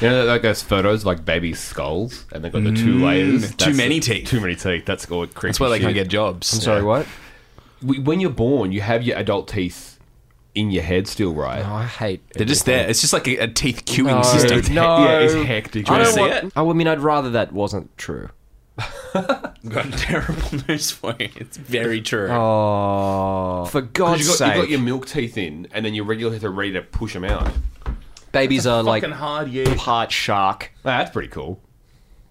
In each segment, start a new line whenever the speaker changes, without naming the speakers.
You know, like those photos, like baby skulls, and they've got the two layers.
Mm. too many teeth.
Too many teeth. That's all creepy.
That's why they
shit.
can't get jobs.
I'm sorry, what?
We- When you're born, you have your adult teeth in your head still, right?
Oh, I hate.
They're just there. It's just like a, a teeth queuing
No.
system.
It's he-
No.
yeah, it's hectic.
Do you
I
want
don't
to see
want- Oh,
it?
I mean, I'd rather that wasn't true.
I've got terrible news for you. It's very true.
Oh, for God's
you got,
sake!
you got your milk teeth in, and then your regular teeth are ready to push them out.
Babies are like
Fucking hard, yeah.
part shark.
That's pretty cool.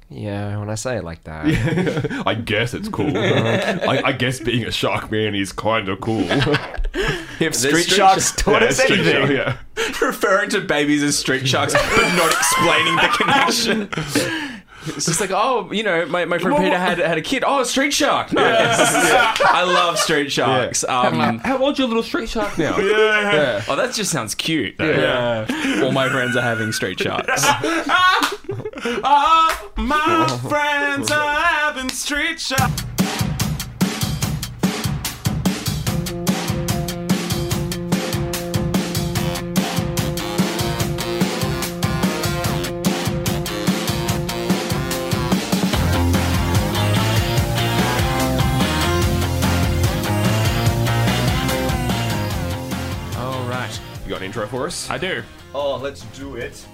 Yeah, when I say it like that,
I guess it's cool. I, I guess being a shark man is kind of cool.
if
There's
street
street
sharks
shark-
taught
Yeah,
us
it's true,
anything,
Yeah.
Referring to babies as street sharks, but not explaining the connection. It's just like, oh, you know, my, my friend
Well,
Peter had had a kid. Oh, street shark. Nice. I love street sharks. Um,
How old's your little street shark now?
oh, that just sounds cute. though. All my friends are having street sharks. All my friends are having street sharks. All right,
You got an intro for us?
I do.
Oh, let's do it.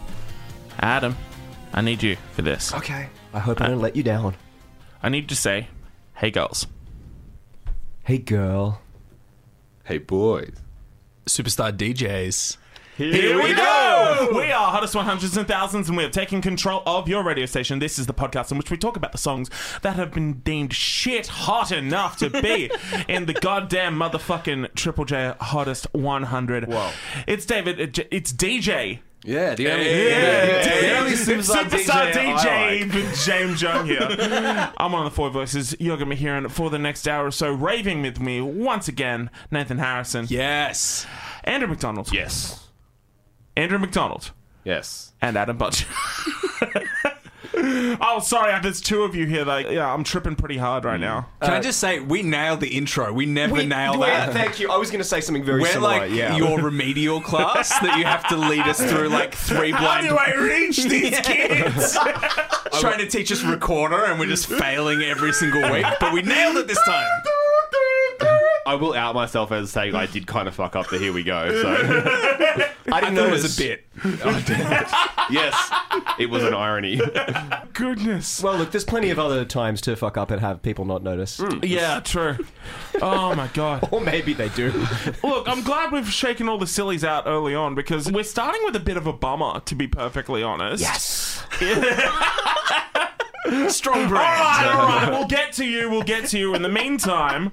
Adam, I need you for this.
okay. I hope I don't let you down.
I need to say, hey girls.
Hey, girl.
Hey, boys.
Superstar DJs.
Here we go! We are Hottest 100s and Thousands, and we have taken control of your radio station. This is the podcast in which we talk about the songs that have been deemed shit hot enough to be in the goddamn motherfucking Triple J Hottest 100.
Wow.
It's David, uh, J- it's DJ.
Yeah, the only,
Yeah.
The only superstar,
Superstar
DJ, I like.
DJ James Young here. I'm one of the four voices you're going to be hearing for the next hour or so. Raving with me once again, Nathan Harrison.
Yes.
Andrew McDonald.
Yes.
Andrew McDonald.
Yes.
And Adam Butcher. oh, sorry, there's two of you here. Like, yeah, I'm tripping pretty hard
Mm.
right now.
Uh,
Uh,
Can I just say, we nailed the intro. We never nailed that.
Thank you. I was going to say something very
We're like your remedial class that you have to lead us through like three blind.
reach these kids?
trying to teach us recorder, and we're just failing every single week. But we nailed it this time.
I will out myself as saying I did kind of fuck up the Here We Go. So
I didn't
That
know
was a bit.
yes, it was an irony.
Goodness.
Well, look, there's plenty of other times to fuck up and have people not notice.
Hmm.
Yeah, true. Oh my god.
Or maybe they do.
Look, I'm glad we've shaken all the sillies out early on because we're starting with a bit of a bummer, to be perfectly honest.
yes.
Strong brand.
All right, all right. We'll get to you. We'll get to you. In the meantime,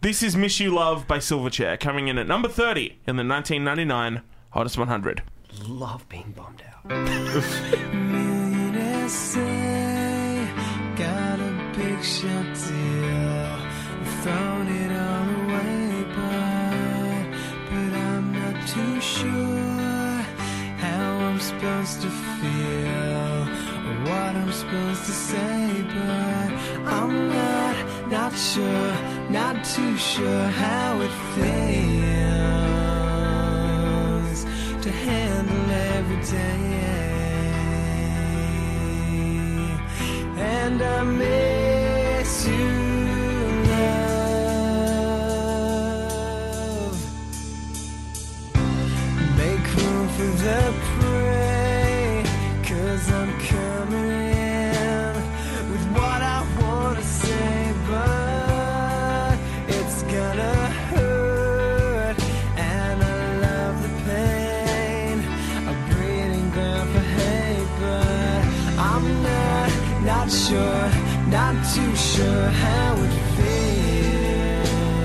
this is "Miss You Love" by Silverchair, coming in at number thirty in the 1999 Hottest 100.
Love being bombed out.
Got a big shot deal, thrown it all away, but but I'm not too sure how I'm supposed to feel or what I'm supposed to say, but I'm not not sure, not too sure how it feels to handle every day. And I miss you, love. Make room for the prey, cause I'm coming in with what I wanna say, but it's gonna hurt. And I love the pain, a breeding ground for hate, but I'm not, not sure, not too sure how it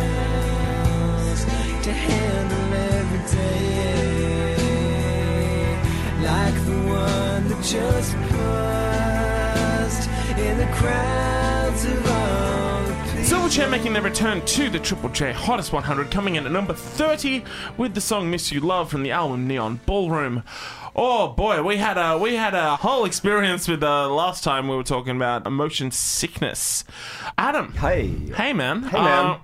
feels to handle every day like the one that just passed in the crowds of all the people.
Silverchair making their return to the Triple J Hottest 100, coming in at number 30 with the song "Miss You Love" from the album Neon Ballroom. Oh boy, we had a we had a whole experience with uh, last time we were talking about emotion sickness. Adam,
Hey.
hey man, Uh,
Hey, man.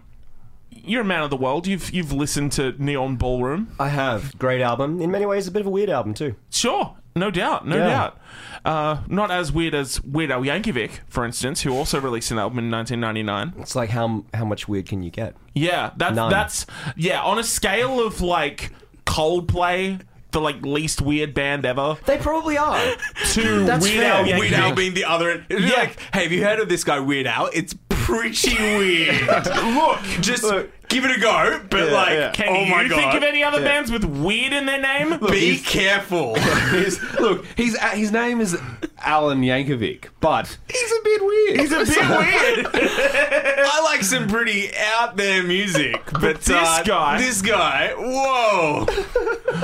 you're a man of the world. You've you've listened to Neon Ballroom.
I have. Great album. In many ways, a bit of a weird album, too.
Sure, no doubt, no
Yeah.
doubt. Uh, not as weird as Weird Al Yankovic, for instance, who also released an album in 1999.
It's like, how, how much weird can you get?
Yeah, that's
None.
that's yeah. On a scale of like Coldplay, the like least weird band ever,
They probably are.
to
That's
Weird
fair.
Al Yankovic.
Weird Al being the other end. It'd be
Yeah.
Like, hey, have you heard of this guy Weird Al? It's pretty weird. Look, just give it a go. But
Yeah,
like,
yeah.
Can
oh
you
my god,
think of any other bands with weird in their name?
be careful.
He's, look, he's uh, his name is Alan Yankovic, but he's a bit weird. He's a bit
weird. I like some pretty out there music, but, uh,
this guy-
this guy, whoa,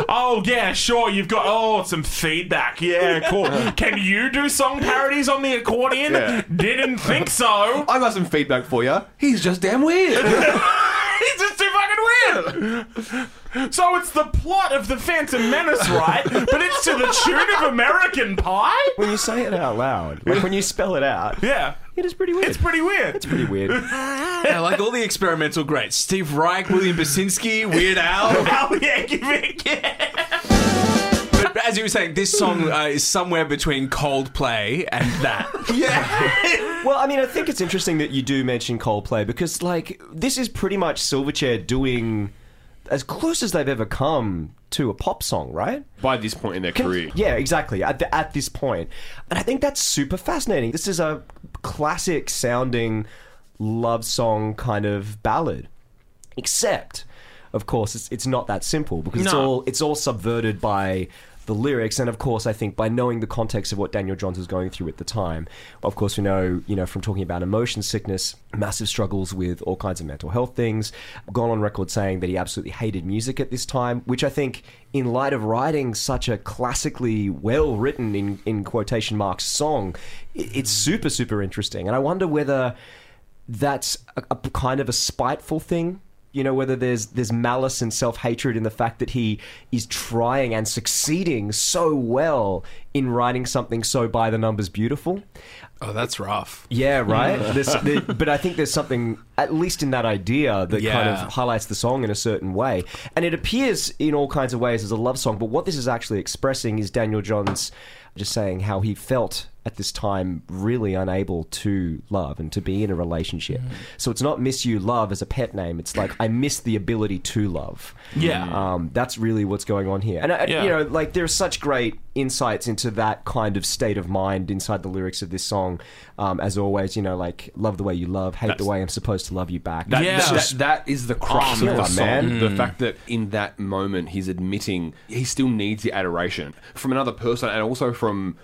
Oh yeah, sure. You've got oh some feedback. Yeah, cool. Can you do song parodies on the accordion?
Yeah.
Didn't think so.
I got some feedback for you. He's just damn weird.
He's just too fucking weird. So it's the plot of the Phantom Menace, right? But it's to the tune of American Pie.
when you say it out loud, like when you spell it out,
Yeah,
it is pretty weird.
it's pretty weird.
pretty weird.
I like all the experimental greats: Steve Reich, William Basinski, Weird Al.
Al Yankovic. Yeah.
But as you were saying, this song uh, is somewhere between Coldplay and that.
Well, I mean, I think it's interesting that you do mention Coldplay because, like, this is pretty much Silverchair doing as close as they've ever come to a pop song, right?
By this point in their career.
Yeah, exactly. At, the, at this point, and I think that's super fascinating. This is a classic sounding love song kind of ballad, except, of course, it's, it's not that simple because it's
No.
all it's all subverted by the lyrics, and of course, I think by knowing the context of what Daniel Johns was going through at the time. Of course, we know you know from talking about emotion sickness, massive struggles with all kinds of mental health things. Gone on record saying that he absolutely hated music at this time, which I think, in light of writing such a classically well written in in quotation marks song, i- it's super super interesting, and I wonder whether that's a, a p- kind of a spiteful thing. You know, whether there's there's malice and self hatred in the fact that he is trying and succeeding so well in writing something so by the numbers beautiful.
Oh, that's rough.
Yeah, right. There's, there, but I think there's something, at least in that idea, that kind
Yeah.
of highlights the song in a certain way. And it appears in all kinds of ways as a love song. But what this is actually expressing is Daniel Johns just saying how he felt at this time really unable to love and to be in a relationship. So it's not miss you love as a pet name. It's like I miss the ability to love.
Yeah.
Um, that's really what's going on here. And, I
Yeah.
you know, like, there's such great insights into that kind of state of mind inside the lyrics of this song. Um, as always, you know, like, love the way you love, hate the way I'm supposed to love you back.
That,
Yeah.
that- that is the crux
Oh,
of the
man.
song. The fact that in that moment he's admitting he still needs the adoration from another person and also from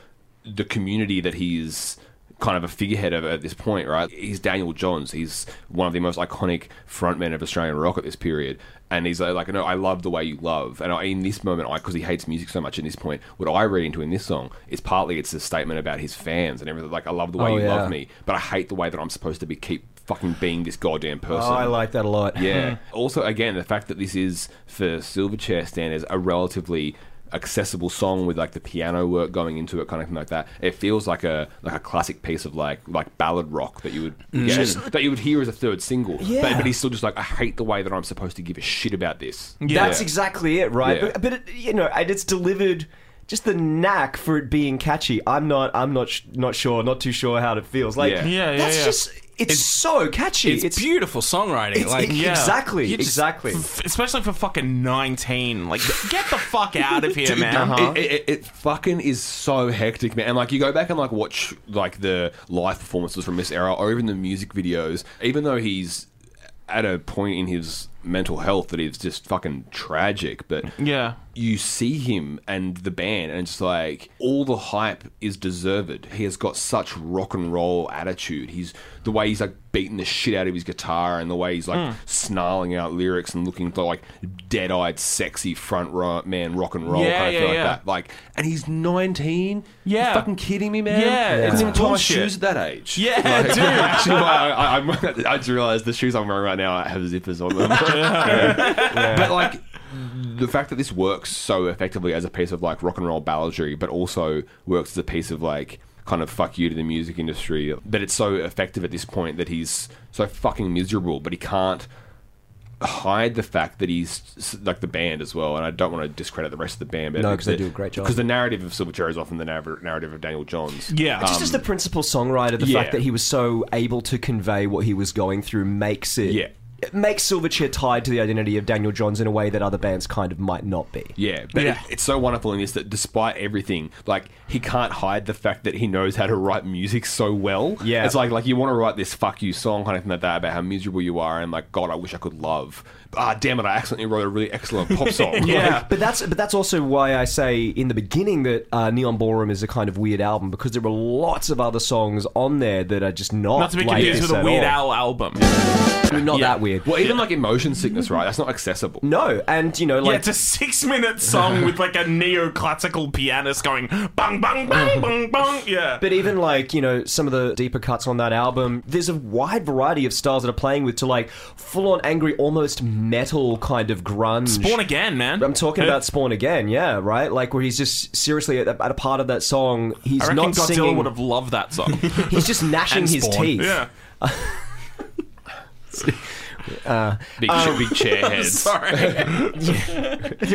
the community that he's kind of a figurehead of at this point, right? He's Daniel Johns. He's one of the most iconic frontmen of Australian rock at this period. And he's like, no, I love the way you love. And I, in this moment, I because he hates music so much. At this point, what I read into in this song is partly it's a statement about his fans and everything. Like, I love the way
Oh,
you
yeah.
love me, but I hate the way that I'm supposed to be keep fucking being this goddamn person.
Oh, I like that Hmm. a lot.
Yeah. Also, again, the fact that this is for Silverchair standards a relatively accessible song with like the piano work going into it, kind of thing like that. It feels like a like a classic piece of like like ballad rock that you would yeah, that you would hear as a third single. But,
Mm. Yeah.
but he's still just like, I hate the way that I'm supposed to give a shit about this.
That's exactly it, right?
Yeah.
But, but it, you know, and it's delivered just the knack for it being catchy. I'm not, I'm not, sh- not sure, not too sure how it feels. Like,
Yeah.
Yeah, yeah,
that's
yeah.
just, it's, so catchy.
It's, beautiful songwriting.
it's-
like,
it-
yeah.
Exactly,
You just-
exactly.
F- Especially for fucking 19. Like, get the fuck out of here, man.
It, it, it- it fucking is so hectic, man. And like you go back and like watch like the live performances from this era, or even the music videos. Even though he's at a point in his mental health that is just fucking tragic, but
Yeah.
you see him and the band, and it's like all the hype is deserved. He has got such rock and roll attitude. He's the way he's like beating the shit out of his guitar, and the way he's like snarling out lyrics and looking like dead-eyed, sexy front row man rock and roll
Yeah,
kind of
yeah,
thing
yeah.
like that. Like, and he's nineteen.
Yeah.
you fucking kidding me, man.
Yeah,
I
it's
didn't even tie my
bullshit.
shoes at that age.
Yeah,
Like,
dude.
Actually, I, I, I'm, I just realized the shoes I'm wearing right now have zippers on them. But like the fact that this works so effectively as a piece of like rock and roll balladry, but also works as a piece of like kind of fuck you to the music industry. That it's so effective at this point that he's so fucking miserable, but he can't hide the fact that he's s- like the band as well, and I don't want to discredit the rest of the band. But
No,
I think
'cause they
that-
do a great job.
Because the narrative of Silverchair is often the narr- narrative of Daniel Johns.
Yeah.
Um,
It's
Just as the principal songwriter, the
yeah.
fact that he was so able to convey what he was going through makes it.
Yeah.
It makes Silverchair tied to the identity of Daniel Johns in a way that other bands kind of might not be.
Yeah, but
Yeah.
it- it's so wonderful in this that despite everything, like he can't hide the fact that he knows how to write music so well.
Yeah.
it's like like you want to write this "fuck you" song kind of thing like that about how miserable you are and like God, I wish I could love. Ah, damn it! I accidentally wrote a really excellent pop song.
Yeah.
But that's but that's also why I say in the beginning that uh, Neon Ballroom is a kind of weird album because there were lots of other songs on there that are just not,
Not to be
like
confused
this
with a
at
Weird
all.
Owl album.
I mean, not
Yeah.
that weird.
well, even like emotion sickness, right? That's not accessible.
No, and you know,
Yeah,
like
it's a six-minute song with like a neoclassical pianist going bang, bang,
Uh-huh.
bang, bang, bang. Yeah.
But even like, you know, some of the deeper cuts on that album, there's a wide variety of styles that are playing with to like full on angry, almost metal kind of grunge.
Born again, man.
I'm talking about Spawn again, yeah, right? Like where he's just seriously at, at a part of that song, he's
I reckon
not
Godzilla
singing.
would have loved that song.
He's just gnashing
And
his
Spawn.
teeth.
yeah.
Big, big chair heads.
Sorry.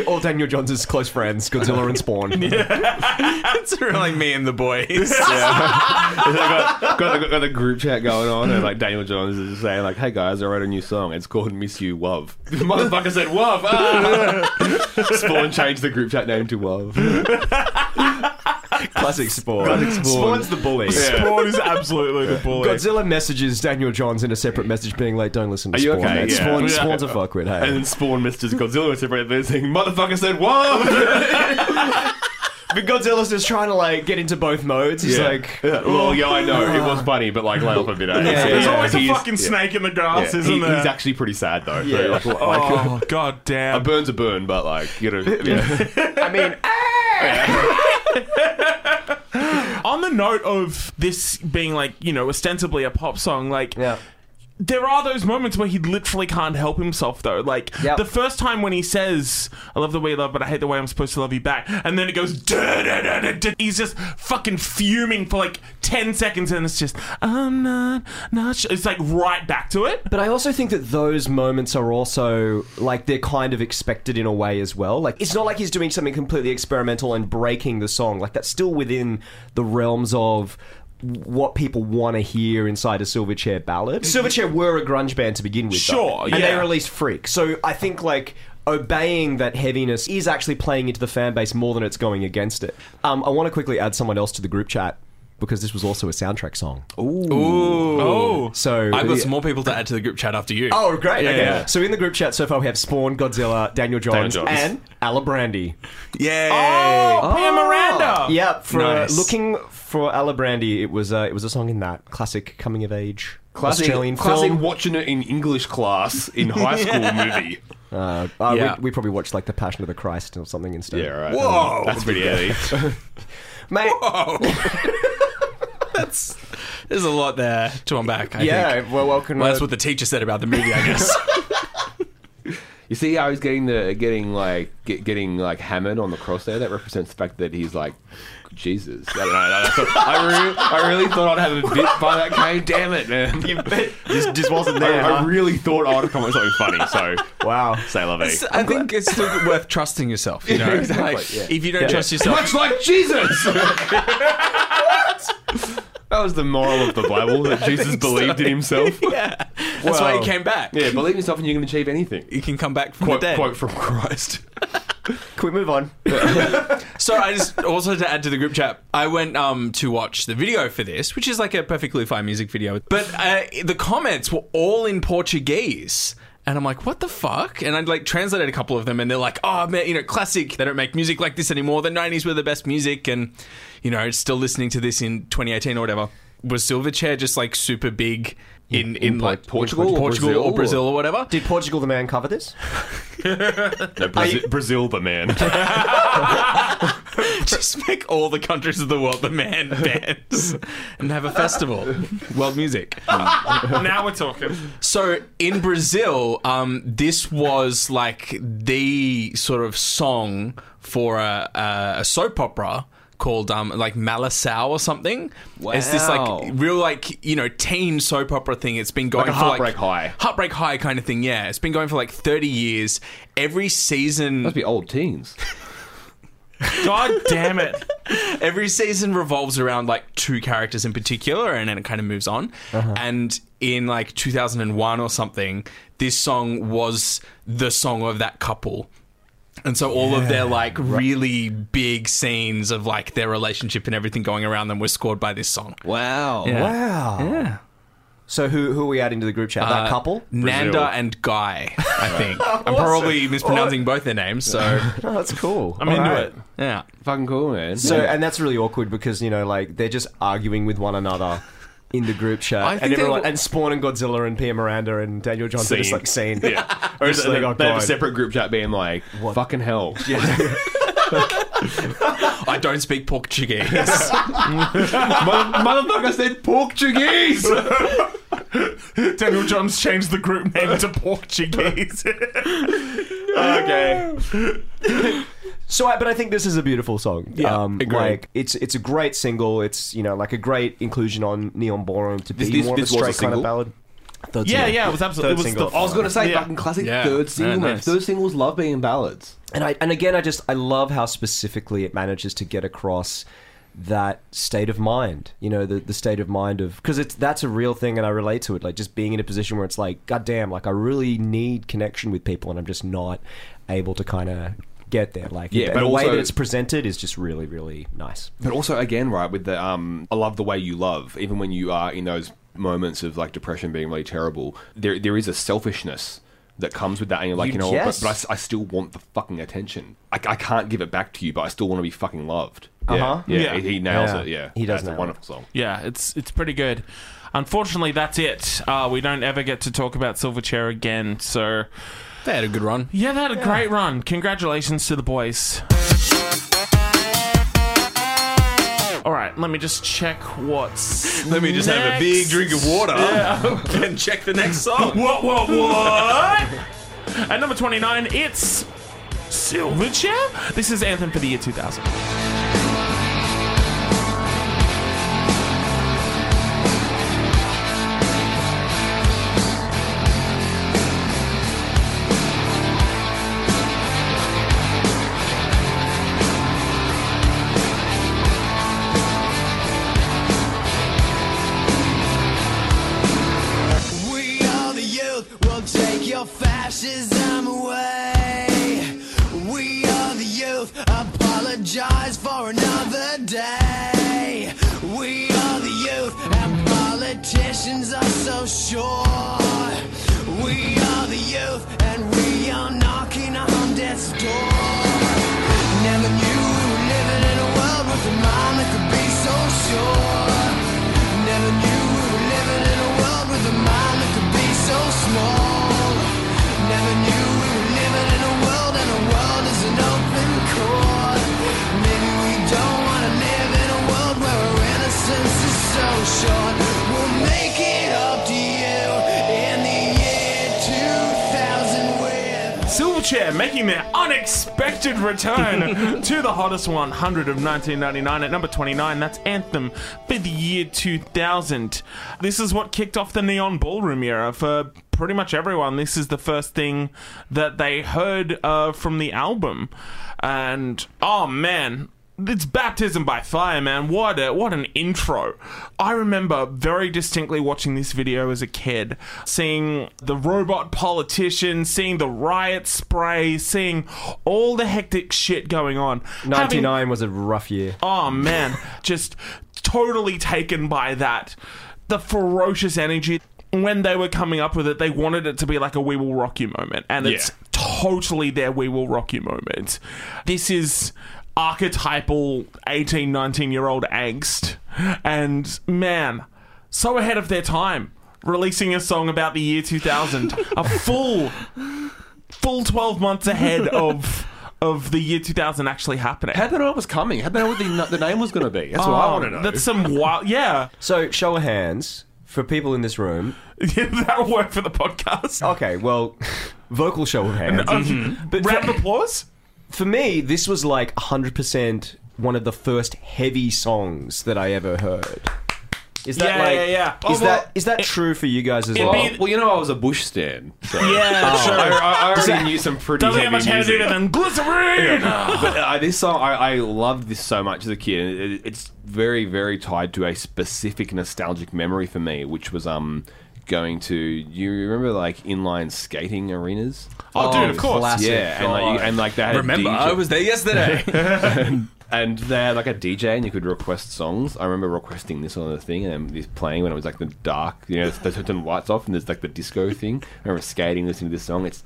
All Daniel Johnson's close friends, Godzilla and Spawn.
It's really me and the boys.
got, the, got the group chat going on, and like Daniel Jones is just saying, like, "Hey guys, I wrote a new song. It's called Miss You Love." Motherfucker said Love. Ah! Spawn changed the group chat name to Love.
Classic Spawn. Spawn's the bully.
Spawn is absolutely the bully.
Godzilla messages Daniel Johns in a separate message being like, don't listen to
Are you
Spawn.
okay?
man.
Yeah.
Spawn
Yeah.
Spawn's a fuckwit, hey.
And then Spawn missed his Godzilla separated this thing. Motherfucker said Love.
But Godzilla's just trying to like get into both modes. He's like,
well, yeah, I know it was funny, but like, lay off a bit. eh?
Yeah,
There's
yeah,
always a
He's-
fucking
yeah,
snake in the
yeah.
grass, isn't
He-
there?
He's actually pretty sad though.
Yeah.
Like, like,
oh, god
a
damn.
burn's a burn, but like you know, yeah.
I mean,
On the note of this being like, you know, ostensibly a pop song, like
yeah.
there are those moments where he literally can't help himself though. Like
Yep.
the first time when he says, I love the way you love, but I hate the way I'm supposed to love you back and then it goes "Duh, duh, duh, duh, duh." he's just fucking fuming for like ten seconds and it's just I'm not not sure. it's like right back to it.
But I also think that those moments are also like they're kind of expected in a way as well. Like it's not like he's doing something completely experimental and breaking the song. Like that's still within the realms of what people want to hear inside a Silverchair ballad. Silverchair were a grunge band to begin with, though.
Sure,
and they
yeah.
released Freak. So I think like. Obeying that heaviness is actually playing into the fan base more than it's going against it. Um, I want to quickly add someone else to the group chat because this was also a soundtrack song.
Oh.
So
I've got
Yeah.
some more people to add to the group chat after you.
Oh, great. okay.
yeah.
So in the group chat so far, we have Spawn, Godzilla, Daniel Johns,
Johns.
and Alabrandy.
Yay!
Oh, Pam Miranda.
Yep. For uh,
Nice.
looking for Alabrandy, it was uh, it was a song in that classic coming of age
classic,
Australian
classic
film.
watching it in English class in high school movie.
Uh, uh,
Yeah.
we, we probably watched like The Passion of the Christ or something instead.
Yeah, right.
Whoa.
that's pretty early.
Mate.
There's a lot there to unpack. I
Yeah.
think.
Well, welcome.
Well, that's
uh,
what the teacher said about the movie, I guess.
You see how he's getting the getting like get, getting like hammered on the cross there. That represents the fact that he's like Jesus. I, don't know, I, thought- I, really, I really thought I'd have a bit by that game. Damn it, man!
this just wasn't
I,
there.
I
huh?
really thought I would have come up with something funny. So
wow.
say love
I think it's still worth trusting yourself. You know,
Exactly,
Like,
yeah.
if you don't trust yourself,
Much like Jesus. That was the moral of the Bible that Jesus believed in himself.
yeah, that's why he came back.
Yeah, believe in yourself and you can achieve anything.
You can come back from
Quote,
the dead.
quote from Christ.
Can we move on?
So I just also to add to the group chat, I went um to watch the video for this, which is like a perfectly fine music video. But uh, the comments were all in Portuguese. And I'm like, what the fuck? And I like translated a couple of them, and they're like, oh man, you know, classic. They don't make music like this anymore. The '90s were the best music, and you know, still listening to this in 2018 or whatever. Was Silverchair just like super big in in,
Por-
like
Portugal or
Portugal
Brazil
or
or-
Brazil or whatever?
Did Portugal the Man cover this?
No, Brazil, Brazil the man.
Just make all the countries of the world the man bands and have a festival. world music.
now we're talking.
So in Brazil, um, this was like the sort of song for a, a, a soap opera called um, like Malasau or something. It's this like
Wow.
real like you know teen soap opera thing. It's been going
a
for
Heartbreak High.
Heartbreak High kind of thing. Yeah, it's been going for like thirty years. Every season,
Must be old teens.
God damn it.
every season revolves around like two characters in particular and then it kind of moves on and in like 2001 or something this song was the song of that couple and so all of their like really big scenes of like their relationship and everything going around them were scored by this song
Wow.
Wow.
yeah
So who who are we adding to the group chat? that
Uh,
couple?
Nanda and Guy, I think. I'm probably mispronouncing both their names, so
Oh, that's cool.
I'm into
Alright.
it.
yeah.
Fucking cool, man.
So and that's really awkward because you know like they're just arguing with one another. In the group
I
chat,
think
and
they
everyone,
were-
and Spawn and Godzilla and Pia Miranda and Daniel Johnson just
Scene.
like seen. Yeah,
Or
just
they,
like, oh,
they have a
God.
separate group chat being like, fucking hell.
I don't speak Portuguese.
Mother- motherfucker said Portuguese!
Daniel Johns changed the group name to Portuguese.
okay.
So, I, but I think this is a beautiful song.
Yeah,
um,
agreed.
like it's it's a great single. It's you know like a great inclusion on Neon Ballroom to be
This- this-
more
this
of
was
a
a
straight kind of
single?
ballad. Third
yeah,
single.
yeah, it was absolutely.
Third
It was
single.
the,
I was going to say,
Yeah.
fucking classic
Yeah.
third single,
Yeah,
man.
nice.
Third singles love being ballads.
and I and again I just I love how specifically it manages to get across that state of mind you know the, the state of mind of because it's that's a real thing and i relate to it like just being in a position where it's like god damn like i really need connection with people and i'm just not able to kind of get there like
Yeah,
and
but
the way
also-
that it's presented is just really really nice
But also, again, right, with the, um, I love the way you love, even when you are in those moments of like depression being really terrible, there there is a selfishness that comes with that. And you're like,
You-
you, know,
yes.
but, but I s- I, still want the fucking attention. I, I can't give it back to you, but I still want to be fucking loved. Yeah.
Uh-huh.
Yeah.
Yeah.
He, he nails
Yeah.
it. Yeah.
He does
That's
nail
a
it.
wonderful song.
Yeah, it's it's pretty good. Unfortunately, that's it. Uh, we don't ever get to talk about Silverchair again. So
they had a good run.
yeah, they had a great run. Congratulations to the boys. All right, let me just check what's.
Let me just have a big
next.
drink of water and check the next song.
What? What? What? At number twenty-nine, it's Silverchair. This is Anthem for the Year 2000.
We are the youth, we'll take your fascism away. We are the youth, apologize for another day. We are the youth, and politicians are so sure. We are the youth, and we are knocking on death's door. Never knew we were living in a world with a mind that could be so sure. Never knew we were living in a world with a mind that could be so small. Never knew we were living in a world and a world is an open court. Maybe we don't wanna live in a world where our innocence is so short. We'll make it up to you in the year 2000 with.
Silverchair making their unexpected return to the hottest 100 of 1999 at number 29. That's Anthem for the year 2000. This is what kicked off the Neon Ballroom era for pretty much everyone. This is the first thing that they heard uh, from the album. And oh man, it's baptism by fire, man. What a, what an intro! I remember very distinctly watching this video as a kid, seeing the robot politician, seeing the riot spray, seeing all the hectic shit going on.
ninety
Having-
nine was a rough year
oh man, just totally taken by that. The ferocious energy. When they were coming up with it, they wanted it to be like a We Will Rock You moment. And it's
Yeah.
totally their We Will Rock You moment. This is archetypal 18, 19 year old angst. And man, so ahead of their time. Releasing a song about the year 2000. a full full 12 months ahead of of the year 2000 actually happening.
How did they know it was coming? How did they know what the, the name was going to be? That's what I
Oh,
want to know.
That's some wild. Yeah,
so show of hands for people in this room
Yeah, that'll work for the podcast.
okay well vocal show of hands
Mm-hmm.
Um,
But
Round
for-
of applause.
for me, this was like 100% one of the first heavy songs that I ever heard. Is that
Yeah,
like
yeah, yeah. Oh,
is
well,
that is that true for you guys as
it'd
well?
Well,
be-
well, you know, I was a bush stand. So. Oh,
Yeah,
I,
sure.
I, I already knew some pretty
Doesn't
heavy
have much hair to do
music.
than glycerine.
but uh, this song, I, I loved this so much as a kid. and It, it's very, very tied to a specific nostalgic memory for me, which was um going to. You remember like inline skating arenas?
Oh, dude, of course.
classic.
yeah, and like, you- and like they had a
Remember,
DJ
I was there yesterday.
and they had like a DJ, and you could request songs. I remember requesting this on the thing, and this playing when it was like the dark. You know, they turned the lights off, and there's like the disco thing. I remember skating, listening to this song. It's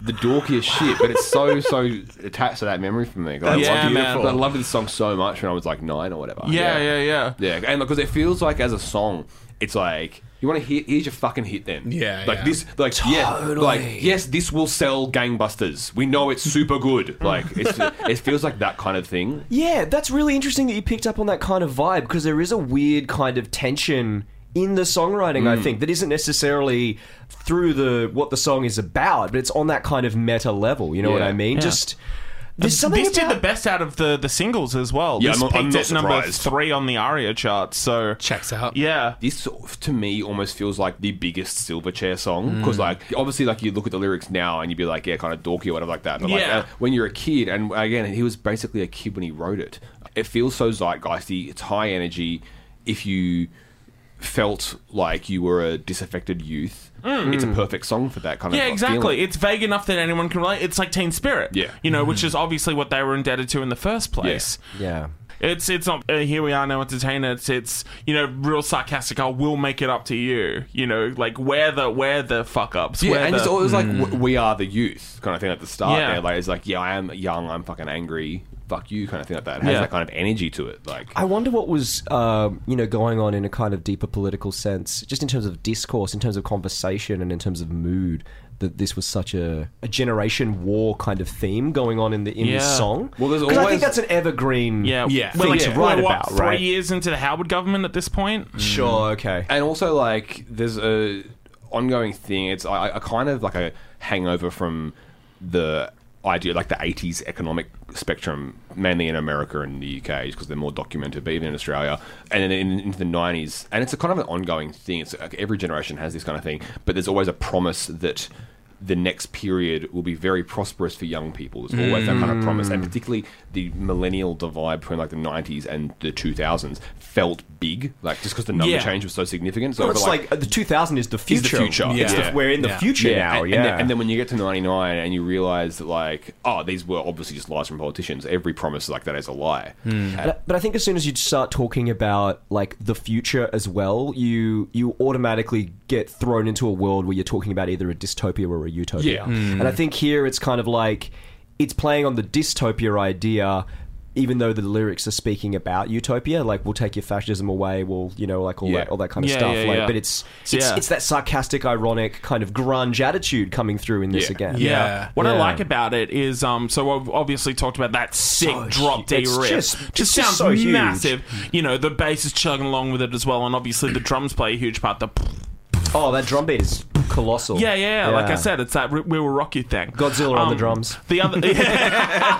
the dorkiest shit, but it's so so attached to that memory for me. 'Cause I
That's
loved-
beautiful.
I loved this song so much when I was like nine or whatever.
Yeah, yeah, yeah.
yeah. And because it feels like as a song, it's like. You want to hear? Here's your fucking hit, then.
Yeah,
Like
yeah.
this, like yeah, like yes, this will sell gangbusters. We know it's super good. Like it's, it feels like that kind of thing.
Yeah, that's really interesting that you picked up on that kind of vibe because there is a weird kind of tension in the songwriting, I think, that isn't necessarily through the what the song is about, but it's on that kind of meta level. You know what
Yeah.
I mean?
Yeah.
Just there's something
this
about-
did the best out of the, the singles as well.
Yeah,
this
I'm- I'm
peaked
not
at number
surprised.
three on the ARIA chart. So
Checks out.
Yeah,
this sort of, to me almost feels like the biggest Silverchair song
Mm.
because like obviously like you look at the lyrics now and you'd be like yeah kind of dorky or whatever like that but like
Yeah.
uh, when you're a kid and again he was basically a kid when he wrote it it feels so zeitgeisty it's high energy if you felt like you were a disaffected youth it's a perfect song for that kind of
Mm. yeah,
like,
exactly.
feeling.
It's vague enough that anyone can relate. It's like Teen Spirit.
Yeah. Mm-hmm.
you know, which is obviously what they were indebted to in the first place.
yeah.
It's it's not uh, here we are now entertainer. It's it's you know real sarcastic. I will make it up to you. You know, like where the where the fuck ups.
yeah,
where
and
the, Mm.
it's always like w- we are the youth kind of thing at the start.
Yeah.
there. like it's like yeah, I am young, I'm fucking angry, fuck you kind of thing like that. It has
Yeah.
that kind of energy to it. Like
I wonder what was um, you know going on in a kind of deeper political sense, just in terms of discourse, in terms of conversation, and in terms of mood. That this was such a, a generation war kind of theme going on in the in
Yeah.
this song.
Well, there's
'Cause I
always-
think that's an evergreen
yeah,
Yeah.
We're
thing
like,
to write
we're, what,
about,
three
right?
years into the Howard government at this point.
Sure, okay.
and also like there's a ongoing thing it's I, I kind of like a hangover from the idea like the 80s economic spectrum mainly in america and the uk because they're more documented but even in australia and then in, into the 90s and it's a kind of an ongoing thing it's like every generation has this kind of thing but there's always a promise that the next period will be very prosperous for young people. There's always that kind of promise, and particularly the millennial divide between like the 90s and the 2000s felt big, like just because the number
Yeah.
change was so significant. So
Well,
but,
it's like, uh the 2000 is the
is
future.
the future.
It's
Yeah.
the, we're in the
Yeah.
future now.
and,
yeah,
And then, and then when you get to 99 and you realize that, like, oh, these were obviously just lies from politicians. Every promise like that is a lie.
But, but I think as soon as you start talking about like the future as well, you you automatically get thrown into a world where you're talking about either a dystopia or a utopia.
Yeah.
And I think here it's kind of like it's playing on the dystopia idea. Even though the lyrics are speaking about utopia, like we'll take your fascism away, we'll you know like all
Yeah.
that all that kind of
Yeah,
stuff.
yeah,
like,
yeah.
But it's it's,
Yeah.
it's that sarcastic, ironic kind of grunge attitude coming through in this
Yeah.
again.
Yeah.
Yeah.
What I
Yeah.
like about it is, um, so I've obviously talked about that sick
So
drop D
hu- it's
riff.
just-
just
it's just
sounds
so huge.
massive. You know, the bass is chugging along with it as well, and obviously the drums play a huge part. The
Oh, that drum beat is colossal.
yeah, yeah, yeah. Like I said, it's that r- we will rock you thing.
Godzilla on the
Um,
drums.
The other,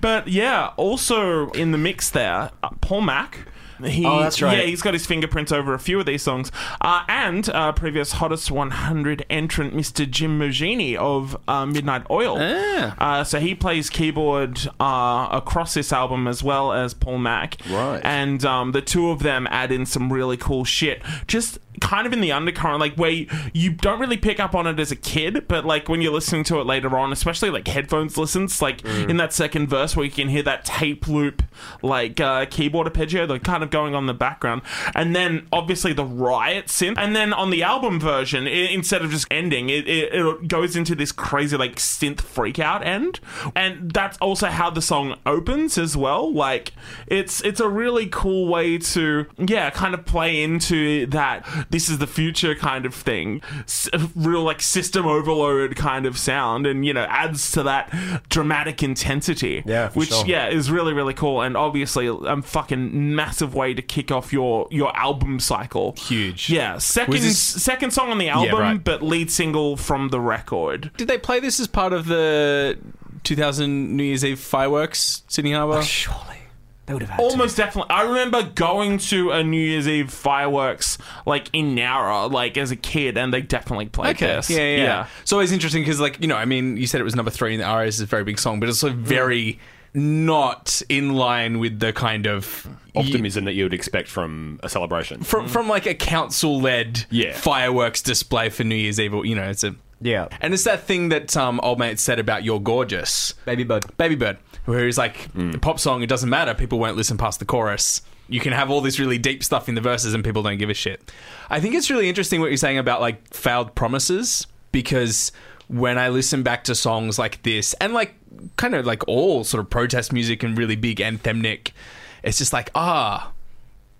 but yeah, also in the mix there, uh, Paul Mack. He,
Oh, that's right.
Yeah, he's got his fingerprints over a few of these songs, uh, and uh, previous hottest 100 entrant, Mr. Jim Mogini of uh, Midnight Oil.
Ah.
Uh, so he plays keyboard uh, across this album as well as Paul Mack.
Right.
And um, the two of them add in some really cool shit. Just kind of in the undercurrent, like where you, you don't really pick up on it as a kid, but like when you're listening to it later on, especially like headphones listens, like in that second verse where you can hear that tape loop, like uh, keyboard arpeggio, they're kind of going on in the background. And then obviously the riot synth. And then on the album version, i instead of just ending, it, it, it goes into this crazy like synth freak out end. And that's also how the song opens as well. Like it's it's a really cool way to yeah, kind of play into that this is the future kind of thing. S- real like system overload kind of sound and you know adds to that dramatic intensity.
Yeah, for
which
sure.
yeah, is really really cool and obviously a fucking massive way to kick off your your album cycle.
Huge.
Yeah, second
Was this-
second song on the album,
right.
but lead single from the record.
Did they play this as part of the 2000 New Year's Eve fireworks, Sydney Harbour?
Surely. They would have had to.
Almost definitely. I remember going to a New Year's Eve fireworks like in Nara, like as a kid, and they definitely played this.
Yeah, yeah, yeah. It's always interesting because, like, you know, I mean, you said it was number three in the RS is a very big song, but it's also very not in line with the kind of
Optimism that you would expect from a celebration.
from from like a council led
Yeah.
fireworks display for New Year's Eve. or, You know, it's a
Yeah.
and it's that thing that um, old mate said about you're gorgeous,
Baby Bird.
Baby Bird, where he's like, the pop song, it doesn't matter. People won't listen past the chorus. You can have all this really deep stuff in the verses and people don't give a shit. I think it's really interesting what you're saying about like failed promises because when I listen back to songs like this and like kind of like all sort of protest music and really big anthemic, it's just like, ah,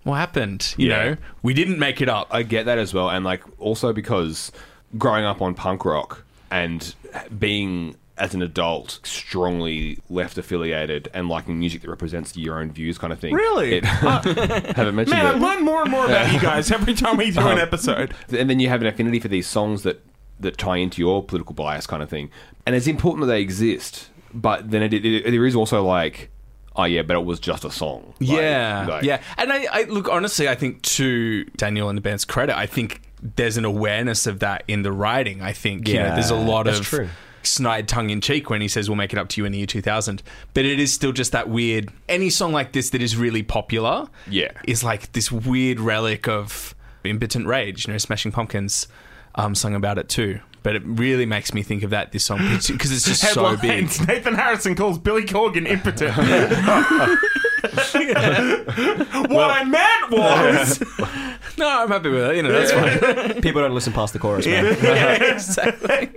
what happened? You
Yeah.
know, we didn't make it up.
I get that as well, and like also because growing up on punk rock and being as an adult strongly left affiliated and liking music that represents your own views kind of thing.
Really?
It- haven't mentioned
Man, I
it.
learn more and more about you guys every time we do
Oh,
an episode.
and then you have an affinity for these songs that that tie into your political bias kind of thing and it's important that they exist but then it, it, it- there is also like oh yeah but it was just a song Like-
yeah,
like-
yeah. And I, I look honestly, I think to Daniel and the band's credit, I think there's an awareness of that in the writing. I think you know,
Yeah,
there's a lot
that's
of
true.
snide tongue in cheek when he says we'll make it up to you in the year 2000 but it is still just that weird any song like this that is really popular
Yeah.
is like this weird relic of impotent rage you know smashing pumpkins um sung about it too but it really makes me think of that this song because it's just so big
Headlines, Nathan Harrison calls Billy Corgan impotent. what I meant was.
no i'm happy with it you know that's fine
People don't listen past the chorus, man.
Yeah, exactly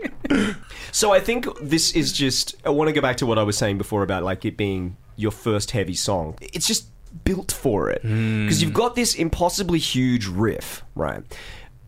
So I think this is just. I want to go back to what I was saying before about like it being your first heavy song. It's just built for it because you've got this impossibly huge riff, right?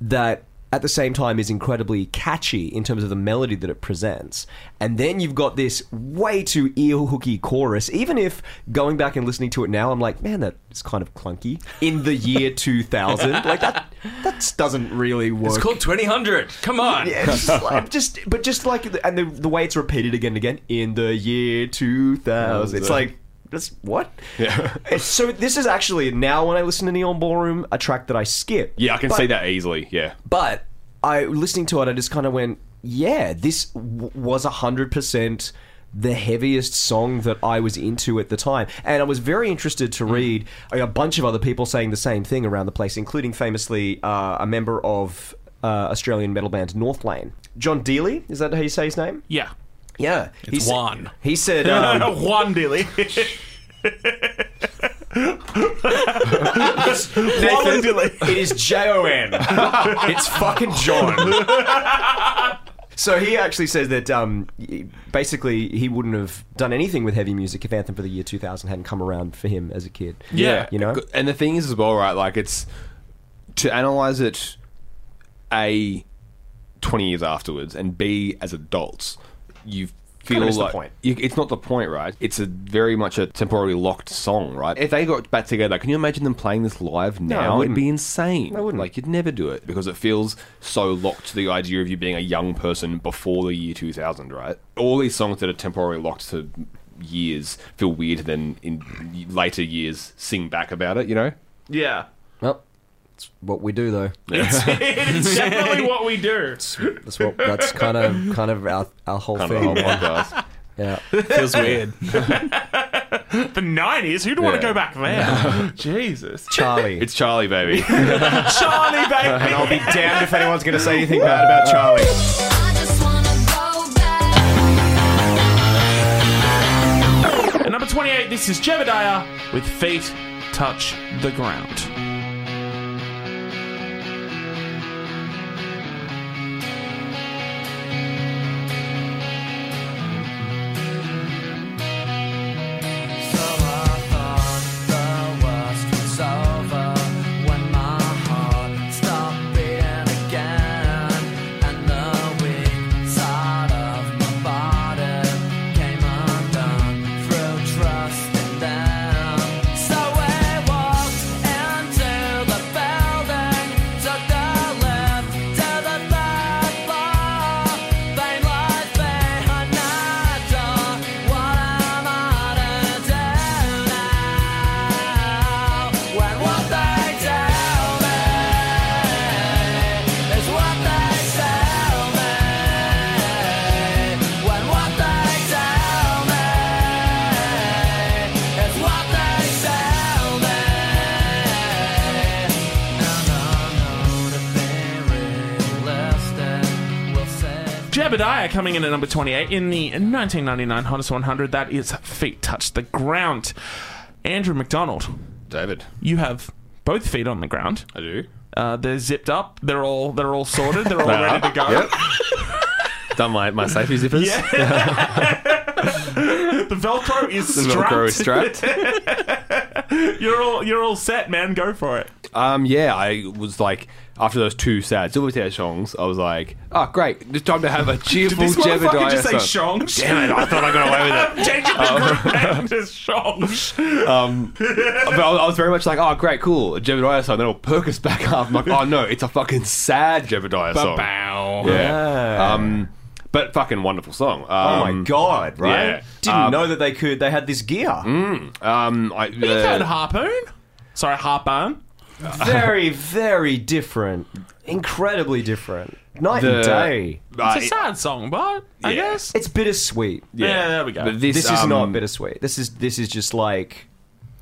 That at the same time is incredibly catchy in terms of the melody that it presents, and then you've got this way too ear hooky chorus. Even if going back and listening to it now, I'm like, man, that's kind of clunky. In the year 2000, like that, that doesn't really work.
It's called 2000. Come on.
Yeah, it's just, like, just but just like and the, the way it's repeated again and again in the year 2000 it's like that's what
Yeah.
It's- so this is actually now when i listen to neon ballroom a track that i skip
yeah i can
But-
see that easily yeah
but i listening to it i just kind of went yeah this w- was 100% the heaviest song that I was into at the time. And I was very interested
Hmm.
to read a bunch of other people saying the same thing around the place, including famously uh, a member of uh, Australian metal band Northlane. John Dealey, is that how you say his name?
Yeah.
Yeah.
It's
sa-
Juan.
He said, um,
Juan Dilly. Juan
Nathan,
Dilly.
It is J O N. It's fucking John. So he actually says that um, y- basically he wouldn't have done anything with heavy music if Anthem for the Year 2000 hadn't come around for him as a kid.
Yeah.
You know?
and the thing is as well right like it's to analyze it a 20 years afterwards and b as adults you feel
missed the
like
point.
you- it's not the point right it's a very much a temporarily locked song right if they got back together can you imagine them playing this live
I
now it'd
wouldn't.
be insane
I wouldn't.
like you'd never do it because it feels so locked to the idea of you being a young person before the year 2000 right all these songs that are temporarily locked to years feel weird then in later years sing back about it you know
Yeah.
Well, it's what we do, though.
It's definitely what we do.
That's what. That's kind of kind of our, our whole
kind of
thing.
the whole podcast
Yeah.
Feels weird.
The 90s? Who'd want
Yeah.
to go back there? Jesus.
Charlie.
It's Charlie, baby.
Charlie, baby.
I'll be damned if anyone's going to say anything bad about Charlie.
I just wanna go back.
At number 28, this is Jebediah with Feet Touch the Ground.
So I thought the worst was over when my heart stopped beating again, and the weak side of my body came undone through trust in them. So I walked into
Jebediah coming in at number 28 in the 1999 Hottest 100. That is Feet Touch the Ground. Andrew McDonald,
David,
you have both feet on the ground.
I do.
Uh, they're zipped up. They're all they're all sorted. They're all ready to go.
Done my, my safety zippers. Yeah,
The Velcro is
the
strapped.
Velcro is strapped.
You're all you're all set, man. Go for it.
Um, yeah, I was like, after those two sad Silverchair songs, I was like, oh, great, it's time to have a
Did
cheerful
this motherfucker
Jebediah
just say
song.
shongs?
Damn it, I thought I got away with it.
Change it to group name to shongs.
Um, but I was, I was very much like, oh, great, cool, a Jebediah song. Then it'll perk us back up. I'm like, oh no, it's a fucking sad Jebediah song.
Bow.
Yeah. Um, but fucking wonderful song. Um,
Oh my god! Right?
yeah.
Didn't
Um,
know that they could. They had this gear.
Um, I,
Third
uh,
harpoon. Sorry, harpoon.
Very, very different. Incredibly different. Night
the,
and day.
I-
It's a sad song, but I
Yeah.
guess.
It's bittersweet.
Yeah, there we go.
But this
This is
um,
not bittersweet. This is this is just like,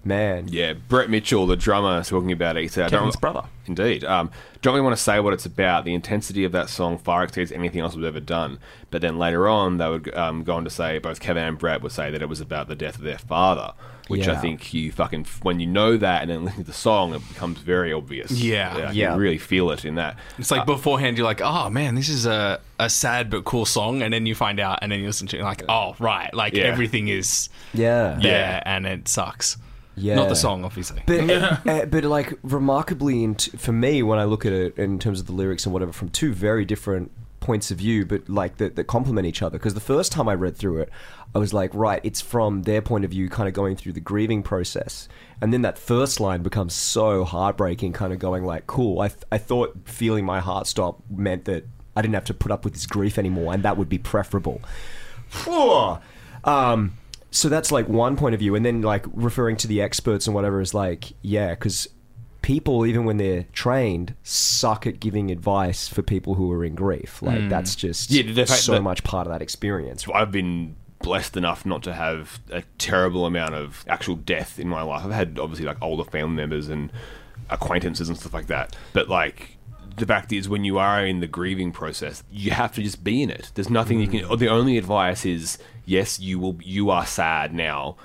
man.
Yeah, Brett Mitchell, the drummer, talking about it. He said, "Oh, I don't-
Kevin's brother.
Indeed. Um, don't really want to say what it's about. The intensity of that song far exceeds anything else we've ever done. But then later on, they would um, go on to say, both Kevin and Brett would say that it was about the death of their father, which I
Yeah.
think you fucking, when you know that and then listen to the song, it becomes very obvious.
Yeah.
I can
Yeah.
really feel it in that.
It's like beforehand, you're like, oh man, this is a, a sad but cool song. And then you find out, and then you listen to it, and like, oh, right. Like
Yeah.
everything is
Yeah.
there, and it sucks.
Yeah.
Not the song, obviously.
But, uh, but like remarkably, in t- for me, when I look at it in terms of the lyrics and whatever, from two very different points of view, but like that, that complement each other. Because the first time I read through it, I was like, right, it's from their point of view, kind of going through the grieving process, and then that first line becomes so heartbreaking, kind of going like, cool. I th- I thought feeling my heart stop meant that I didn't have to put up with this grief anymore, and that would be preferable. Phew. Um, so that's like one point of view, and then like referring to the experts and whatever is like, yeah, because people, even when they're trained, suck at giving advice for people who are in grief. Like
Hmm.
that's just
Yeah, the fact
so
that-
much part of that experience.
I've been blessed enough not to have a terrible amount of actual death in my life. I've had obviously like older family members and acquaintances and stuff like that. But like the fact is when you are in the grieving process, you have to just be in it. There's nothing you
Mm.
can the only advice is yes, you will you are sad now.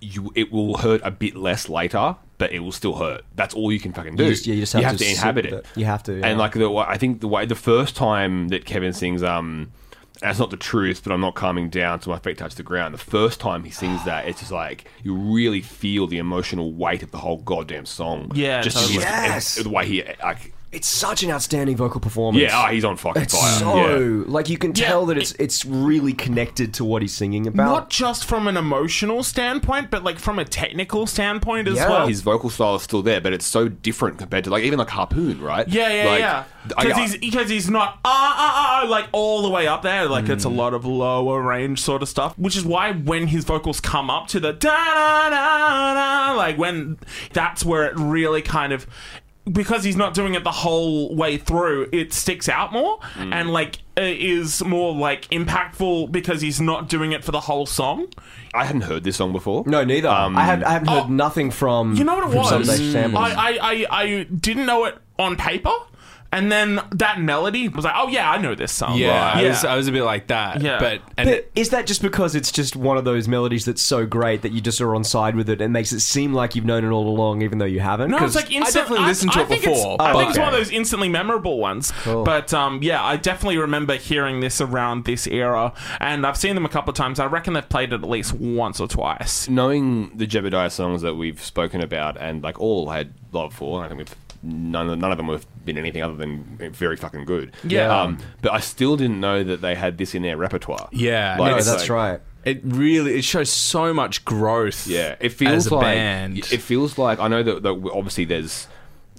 You it will hurt a bit less later, but it will still hurt. That's all you can fucking do.
just- yeah, you just have to sit
inhabit
with
it.
it. You have to,
And
yeah.
like like the wa- I think the way the first time that Kevin sings um that's not the truth, but I'm not calming down till my feet touch the ground. The first time he sings that, it's just like you really feel the emotional weight of the whole goddamn song.
Yeah,
just
totally.
his- and
Yes.
the way he like
It's such an outstanding vocal performance.
yeah, oh, he's on fucking
It's
fire. yeah.
so like you can
Yeah,
tell that it's it's really connected to what he's singing about.
Not just from an emotional standpoint, but like from a technical standpoint as
Yeah.
well.
His vocal style is still there, but it's so different compared to like even like harpoon, right?
yeah, yeah,
like,
yeah.
I-
Because
I-
he's because he's not ah ah ah like all the way up there. Like it's a
Mm.
lot of lower range sort of stuff, which is why when his vocals come up to the da da da da, like when that's where it really kind of because he's not doing it the whole way through, it sticks out more
Mm.
and like it is more like impactful because he's not doing it for the whole song.
I hadn't heard this song before.
no, neither.
Um,
I have I haven't heard
oh,
nothing from
You know what it
from
was?
Someday
I,
Shambles.
I, I, I didn't know it on paper. And then that melody was like, oh yeah, I know this song.
yeah,
Right.
I, was, uh, I was a bit like that.
Yeah.
But, and
But is that just because it's just one of those melodies that's so great that you just are on side with it and makes it seem like you've known it all along, even though you haven't?
no, it's
'Cause
like instant.
definitely listened to it
think it's-
before,
I think
but-
it's one of those instantly memorable ones. But um, yeah, I definitely remember hearing this around this era, and I've seen them a couple of times. I reckon they've played it at least once or twice.
knowing the Jebediah songs that we've spoken about and like all had love for, and I think we've none of, none of them have been anything other than very fucking good.
Yeah.
Um, but I still didn't know that they had this in their repertoire.
Yeah.
Like,
no,
it's
that's
like-
right.
it really it shows so much growth.
Yeah. It feels
as a
like
band.
it feels like I know that, that obviously there's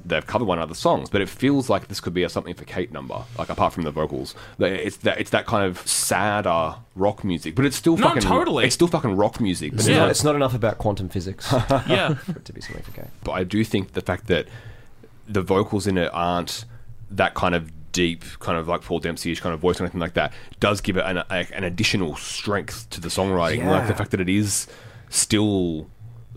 they've covered one other songs, but it feels like this could be a something for Kate number. Like apart from the vocals, Like, it's that it's that kind of sadder rock music, but it's still
No,
fucking
totally.
It's still fucking rock music. But
It's,
Yeah.
not, it's not enough about quantum physics for
Yeah,
it to be something okay.
but I do think the fact that the vocals in it aren't that kind of deep, kind of like Paul Dempsey-ish kind of voice or anything like that, does give it an, a, an additional strength to the songwriting. Like the
Yeah.
fact that it is still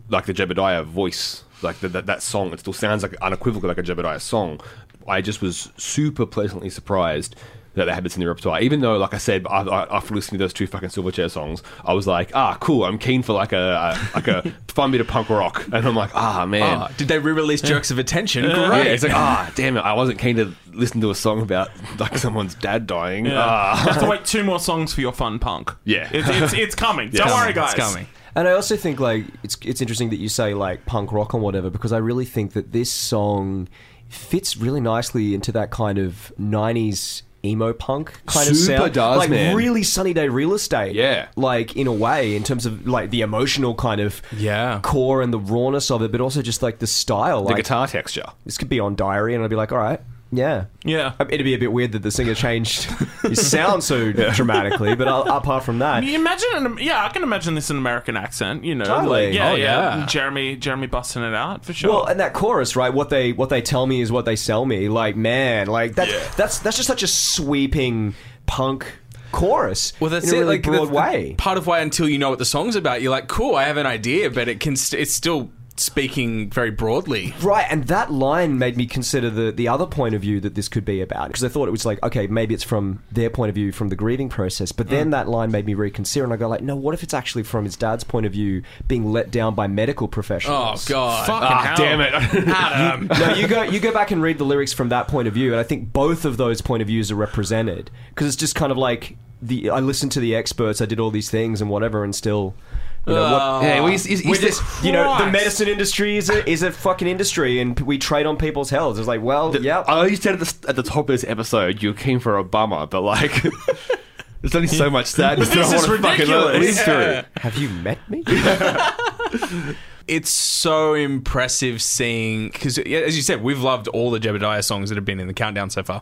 like the Jebediah voice, like the, that that song, it still sounds like unequivocally like a Jebediah song. I just was super pleasantly surprised that they had this in their repertoire. Even though, like I said, I, I, after listening to those two fucking Silverchair songs, I was like, ah, cool. I'm keen for like a, a like a fun bit of punk rock, and I'm like, ah, man.
Ah, did they re-release Jerks of Attention? Great.
Yeah, it's like, ah, damn it! I wasn't keen to listen to a song about like someone's dad dying. Ah.
You have to wait two more songs for your fun punk.
Yeah.
It's, it's, it's coming. Don't worry, guys.
It's coming.
And I also think like it's it's interesting that you say like punk rock and whatever because I really think that this song fits really nicely into that kind of '90s emo punk kind of
Super
sound,
does,
like
man.
really sunny day real estate.
Yeah.
like in a way, in terms of like the emotional kind of
Yeah.
core and the rawness of it, but also just like the style.
the
Like
guitar texture.
this could be on Diary, and I'd be like, all right, yeah.
Yeah.
I mean, It'd be a bit weird that the singer changed his sound so dramatically, but uh, apart from that,
You imagine, an, yeah, I can imagine this in an American accent, you know,
Totally.
like, yeah,
Oh,
yeah,
yeah.
Jeremy, Jeremy busting it out for sure.
Well, and that chorus, right? What they what they tell me is what they sell me. Like, man, like that's that's that's just such a sweeping punk chorus.
Well, that's
in a
it.
really
like
broad
that's the
way.
Part of why, until you know what the song's about, you're like, cool, I have an idea, but it can. St- it's still speaking very broadly.
Right, and that line made me consider the, the other point of view that this could be about because I thought it was like, okay, maybe it's from their point of view, from the grieving process. But
Mm.
then that line made me reconsider, and I go like, no, what if it's actually from his dad's point of view, being let down by medical
Oh
professionals?
god.
Ah, damn it!
Adam.
no, you go you go back and read the lyrics from that point of view, and I think both of those point of views are represented because it's just kind of like the I listened to the experts, I did all these things and whatever, and still, you know,
Oh.
what,
Hey, well, is- is- is
we're
this-
just- you know, the
Christ.
medicine industry is a, is a fucking industry, and we trade on people's health. It's like, well, yeah,
I always said at the, at the top of this episode, you came for a bummer, but like, there's only so much sadness that I
This
want
is
to fucking live
ridiculous.
through.
have you met me?
it's so impressive seeing because as you said we've loved all the jebediah songs that have been in the countdown so far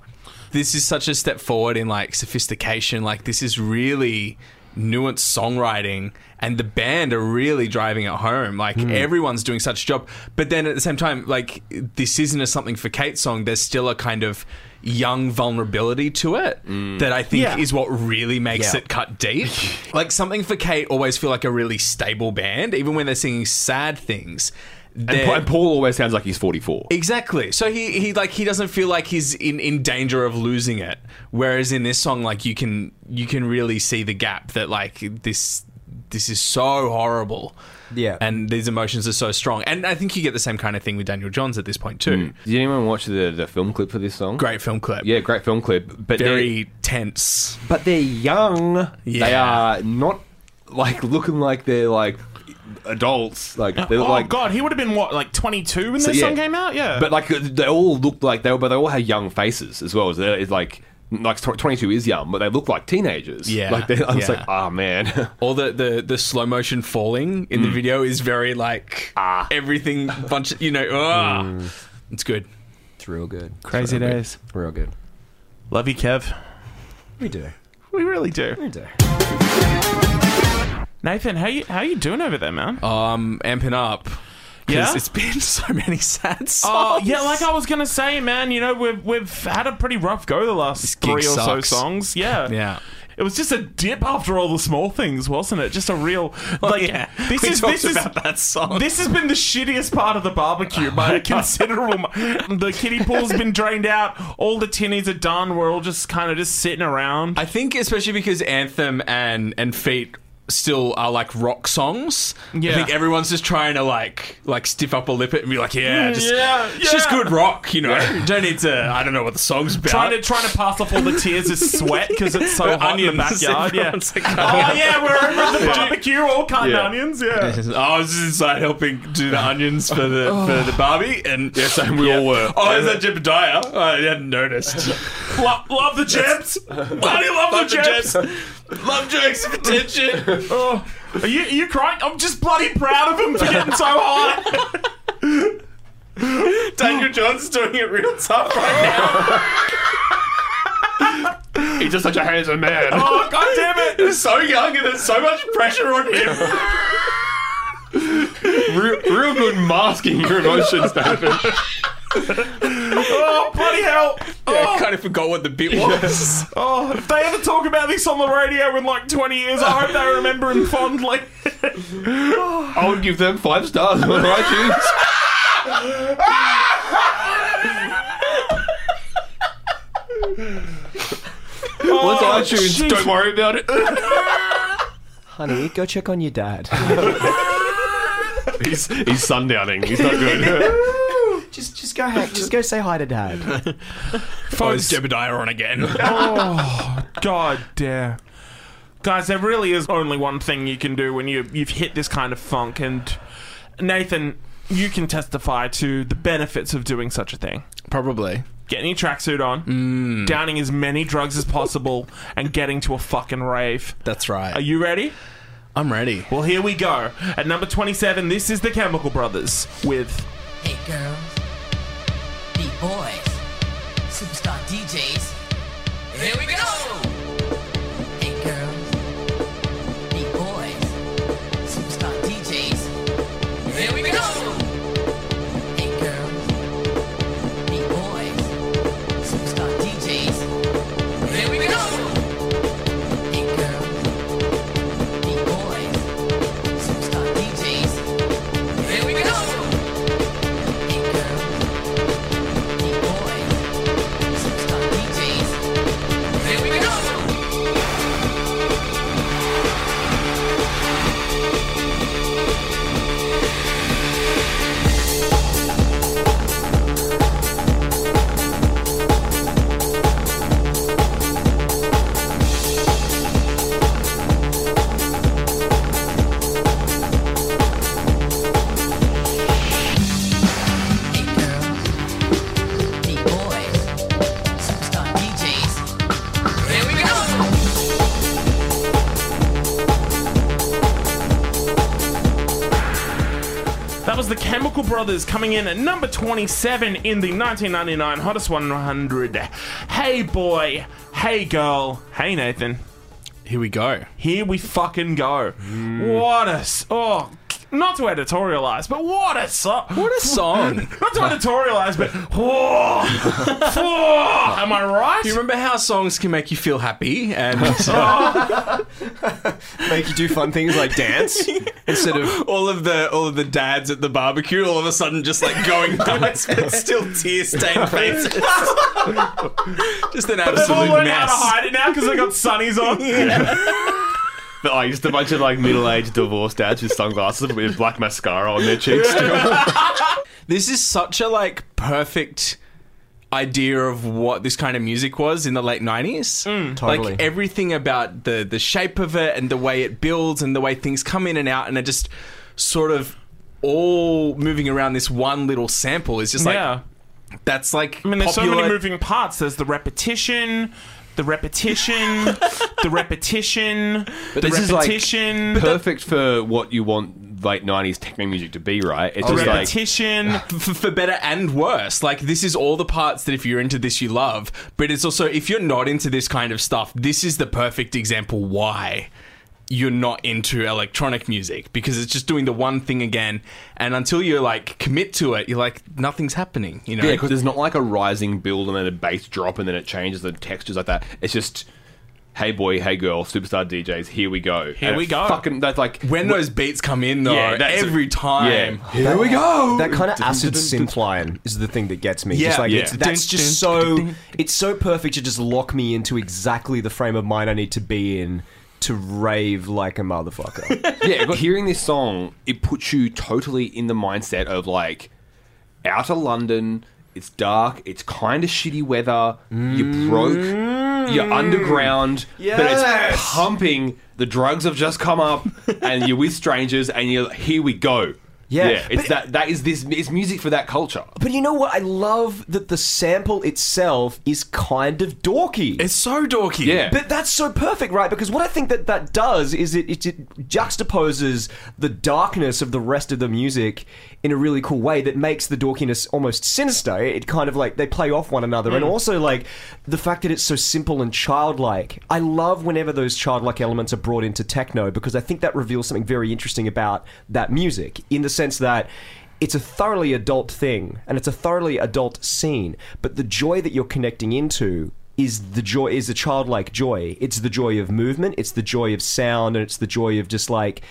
this is such a step forward in like sophistication like this is really nuanced songwriting and the band are really driving it home like
Hmm.
everyone's doing such a job but then at the same time like this isn't a something for kate song there's still a kind of young vulnerability to it
Mm.
that i think
Yeah.
is what really makes
Yeah.
it cut deep. like something for Kate always feel like a really stable band, even when they're singing sad things.
And,
they're-
Pa- and Paul always sounds like he's 44.
Exactly. So he, he like he doesn't feel like he's in, in danger of losing it. Whereas in this song, like you can you can really see the gap that like this this is so horrible.
Yeah.
And these emotions are so strong. And I think you get the same kind of thing with Daniel Johns at this point too.
Did anyone watch the, the film clip for this song?
Great film clip.
Mm. Yeah, great film clip. But
Very tense.
they're, but they're young. They
Yeah.
are not like looking like they're like adults. Like they're
oh
like
god, he would have been what, like 22 when this
So, yeah.
song came out, yeah.
But like they all looked like they were, but they all had young faces as well. So they're- It's like like tw- 22 is young, but they look like teenagers.
Yeah.
like they, I was
Yeah.
like, ah man,
All the, the, the slow motion falling in the video is very like ah. everything bunch you know ah. it's good.
It's real good,
crazy days.
real good.
Love you, Kev.
We do,
We really do.
we do.
Nathan, how you how you doing over there, man?
Um, amping up. 'Cause
Yeah?
it's been so many sad songs.
Oh yeah, like I was gonna say, man. You know, we've we've had a pretty rough go the last
gig
three or so
sucks.
songs. Yeah,
yeah.
It was just a dip after all the small things, wasn't it? Just a real like.
Oh, yeah.
This
we
is
talked
this
about
is.
that song.
This has been the shittiest part of the barbecue by a considerable. mu- the kiddie pool's been drained out. All the tinnies are done. We're all just kind of just sitting around.
I think especially because Anthem and and Feet still are like rock songs. I
Yeah.
think everyone's just trying to like like stiff up a lip it and be like, yeah, just
Yeah,
it's just
yeah.
good rock, you know. You don't need to I don't know what the song's about.
trying to trying to pass off all the tears of sweat because it's so hot in the
Onions.
backyard. Yeah.
Everyone's like,
Oh yeah, we're over at the barbecue, all kind
Yeah.
of onions. Yeah.
I was just inside helping do the onions for the for the Barbie, and yes,
and we all were.
Oh, is that Jebediah? I hadn't noticed.
Lo- love the gems. Bloody love,
Love
the
the
gems.
Love jokes of attention.
Oh, are you, are you crying? I'm just bloody proud of him for getting so high.
Daniel John's doing it real tough right
he's just such a handsome man.
Oh, God damn it.
now. He's so young, and there's so much pressure on him.
real, real good masking your emotions, David.
Oh, bloody hell.
I kind of forgot what the bit was.
Oh, if they ever talk about this on the radio in like 20 years, I hope they remember him fondly.
I would give them five stars on iTunes. iTunes. Don't worry about it.
Honey, go check on your dad.
he's, he's sundowning. He's not good.
just, just go, ha- just go say hi to dad.
Phone's Jebediah on again.
Oh, God damn. Guys, there really is only one thing you can do when you, you've hit this kind of funk, and Nathan, you can testify to the benefits of doing such a thing.
Probably.
Getting your tracksuit on,
Mm.
downing as many drugs as possible, and getting to a fucking rave.
That's right.
Are you ready?
I'm ready.
Well, here we go. At number 27, this is the Chemical Brothers with.
Hey girls, beat boys, superstar DJs. Here we go! Hey girls, beat boys, superstar DJs. Here we go! Hey girls, beat boys, superstar DJs. Here we go! Hey girls, beat boys, superstar DJs. Here we go!
That was the Chemical Brothers coming in at number 27 in the 1999 Hottest 100. Hey boy, hey girl, hey Nathan.
Here we go.
Here we fucking go. What a. s- Oh, not to editorialize, but what a. So-
What a song.
not to editorialize, but. Whoa, whoa, am I right?
you remember how songs can make you feel happy and
Make you do fun things like dance instead of
all of the all of the dads at the barbecue all of a sudden just like going nuts but still tear stained faces. just an
Oh, They've all
absolute
learned how to
mess.
hide it now because they got sunnies on.
Oh, just a bunch of like middle-aged divorced dads with sunglasses with black mascara on their cheeks.
This is such a like perfect idea of what this kind of music was in the late 90s.
Mm,
Totally.
Like everything about the the shape of it and the way it builds and the way things come in and out and are just sort of all moving around this one little sample is just like
yeah.
that's like
I mean, there's so
popular-
many moving parts. There's the repetition, the repetition, the repetition, the
this is like-
repetition,
Perfect for what you want late '90s techno music to be, right? It's
the
just like
repetition.
for, for better and worse. Like this is all the parts that if you're into this, you love. But it's also if you're not into this kind of stuff, this is the perfect example why you're not into electronic music because it's just doing the one thing again. And until you like commit to it, you're like nothing's happening. You know.
Yeah, because there's not like a rising build and then a bass drop and then it changes the textures like that. It's just, hey boy, hey girl, superstar DJs, here we go. Here
we go.
Fucking, that's like
when those beats come in though,
Yeah, that's a-
every time.
Yeah. Here we go.
That kind of acid synth line is the thing that gets me.
Yeah,
just like
yeah.
It's, that's just so it's so perfect to just lock me into exactly the frame of mind I need to be in to rave like a motherfucker.
yeah, but hearing this song, it puts you totally in the mindset of like outer London. It's dark. It's kind of shitty weather. You're broke. You're underground. But
Yes.
it's pumping. The drugs have just come up, and you're with strangers, and you're like, here we go.
Yeah,
it's
but-
that. That is this. It's music for that culture.
but you know what? I love that the sample itself is kind of dorky.
It's so dorky.
Yeah.
But that's so perfect, right? Because what I think that that does is it, it, it juxtaposes the darkness of the rest of the music in a really cool way that makes the dorkiness almost sinister. It, it kind of like they play off one another, and also like the fact that it's so simple and childlike. I love whenever those childlike elements are brought into techno because I think that reveals something very interesting about that music in the sense that it's a thoroughly adult thing and it's a thoroughly adult scene but the joy that you're connecting into is the joy is a childlike joy it's the joy of movement it's the joy of sound and it's the joy of just like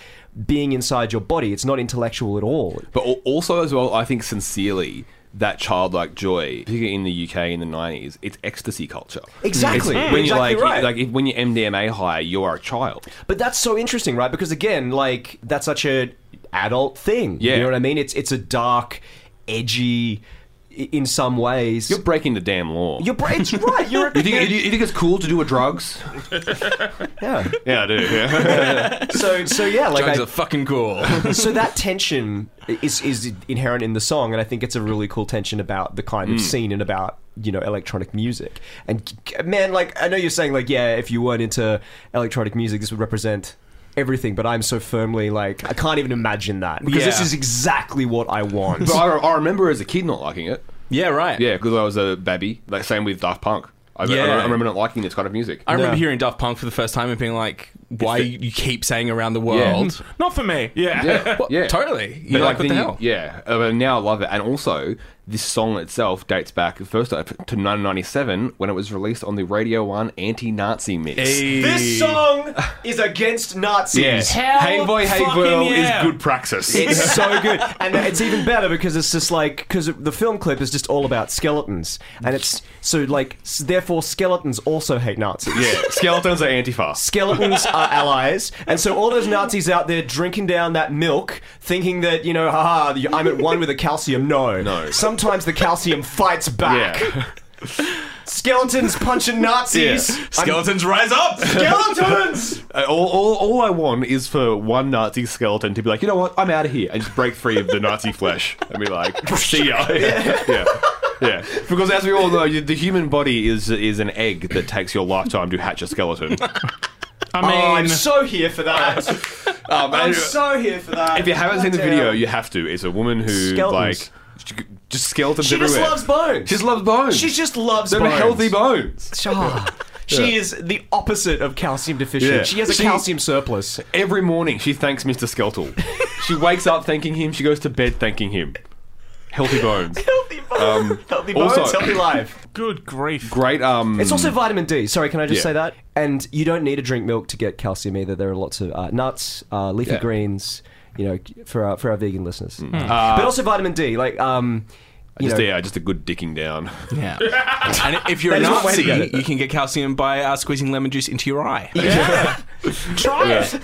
being inside your body it's not intellectual at all
But al- also as well, I think sincerely, that childlike joy, particularly in the UK in the nineties, it's ecstasy culture.
Exactly.
It's- when
Mm,
you're
exactly
like,
right.
like if, when you're MDMA high, you are a child.
But that's so interesting, right? Because again, like that's such a adult thing.
Yeah.
You know what I mean? It's it's a dark, edgy i- in some ways.
You're breaking the damn law.
your brain's right. You're
you think you, you think it's cool to do a drugs?
yeah.
Yeah, I do. Yeah.
So so yeah, like
Drugs
I-
are fucking cool.
so that tension is is inherent in the song, and I think it's a really cool tension about the kind
Mm.
of scene and about you know electronic music. And g- man, like I know you're saying like yeah, if you weren't into electronic music, this would represent everything. But I'm so firmly like I can't even imagine that because this
Yeah.
is exactly what I want.
but I, I remember as a kid not liking it.
yeah, right.
Yeah, because I was a baby. Like same with Daft Punk. I, I,
Yeah.
remember not liking this kind of music.
I remember
Yeah.
hearing Daft Punk for the first time and being like, "Why
the-
you keep saying around the world?"
Not for me. Yeah.
yeah,
Well,
yeah,
totally. You're
But,
like, what the
then you-
hell?
yeah, uh, but now I love it. And also, this song itself dates back first up to 1997 when it was released on the Radio One anti-Nazi mix.
this song is against Nazis.
Yeah.
Hell
hey boy, hey
fucking
girl
yeah.
is good praxis.
It's so good, and it's even better because it's just like because the film clip is just all about skeletons, and it's so like s- therefore skeletons also hate Nazis.
yeah, skeletons are antifa.
Skeletons are allies, and so all those Nazis out there drinking down that milk, thinking that you know, haha, I'm at one with the calcium. No,
No.
Sometimes the calcium fights back.
Yeah.
Skeletons punching Nazis.
Yeah.
Skeletons rise up.
Skeletons.
Uh, All, all, all I want is for one Nazi skeleton to be like, you know what, I'm out of here, and just break free of the Nazi flesh, and be like, see ya. Yeah. yeah. Yeah. because as we all know, you- the human body is is an egg that takes your lifetime to hatch a skeleton.
I mean,
Oh, I'm so here for that.
Oh,
Um,
I'm
and-
so here for that.
If you haven't seen the
Goddamn.
video, you have to. It's a woman who
Skeletons.
like she- just skeletons
she just
everywhere.
loves bones.
She just loves bones.
She just loves
They're
bones.
healthy bones.
Ah, She is the opposite of calcium deficient.
Yeah.
She has a
She-
calcium surplus.
Every morning she thanks Mr. Skeletal. she wakes up thanking him. She goes to bed thanking him. Healthy bones.
Healthy bones. healthy bones.
also-
healthy life.
good grief.
Great. Um.
It's also vitamin D. Sorry, can I just
Yeah.
say that? And you don't need to drink milk to get calcium either. There are lots of uh, nuts, uh, leafy
Yeah. Mm.
greens. You know, for our, for our vegan listeners, Mm. but also vitamin D. Like, um, you
Uh, just,
know,
yeah, just a good dicking down.
Yeah. and if you're a
That is one way
Nazi,
to get it.
you can get calcium by uh, squeezing lemon juice into your eye.
Try it.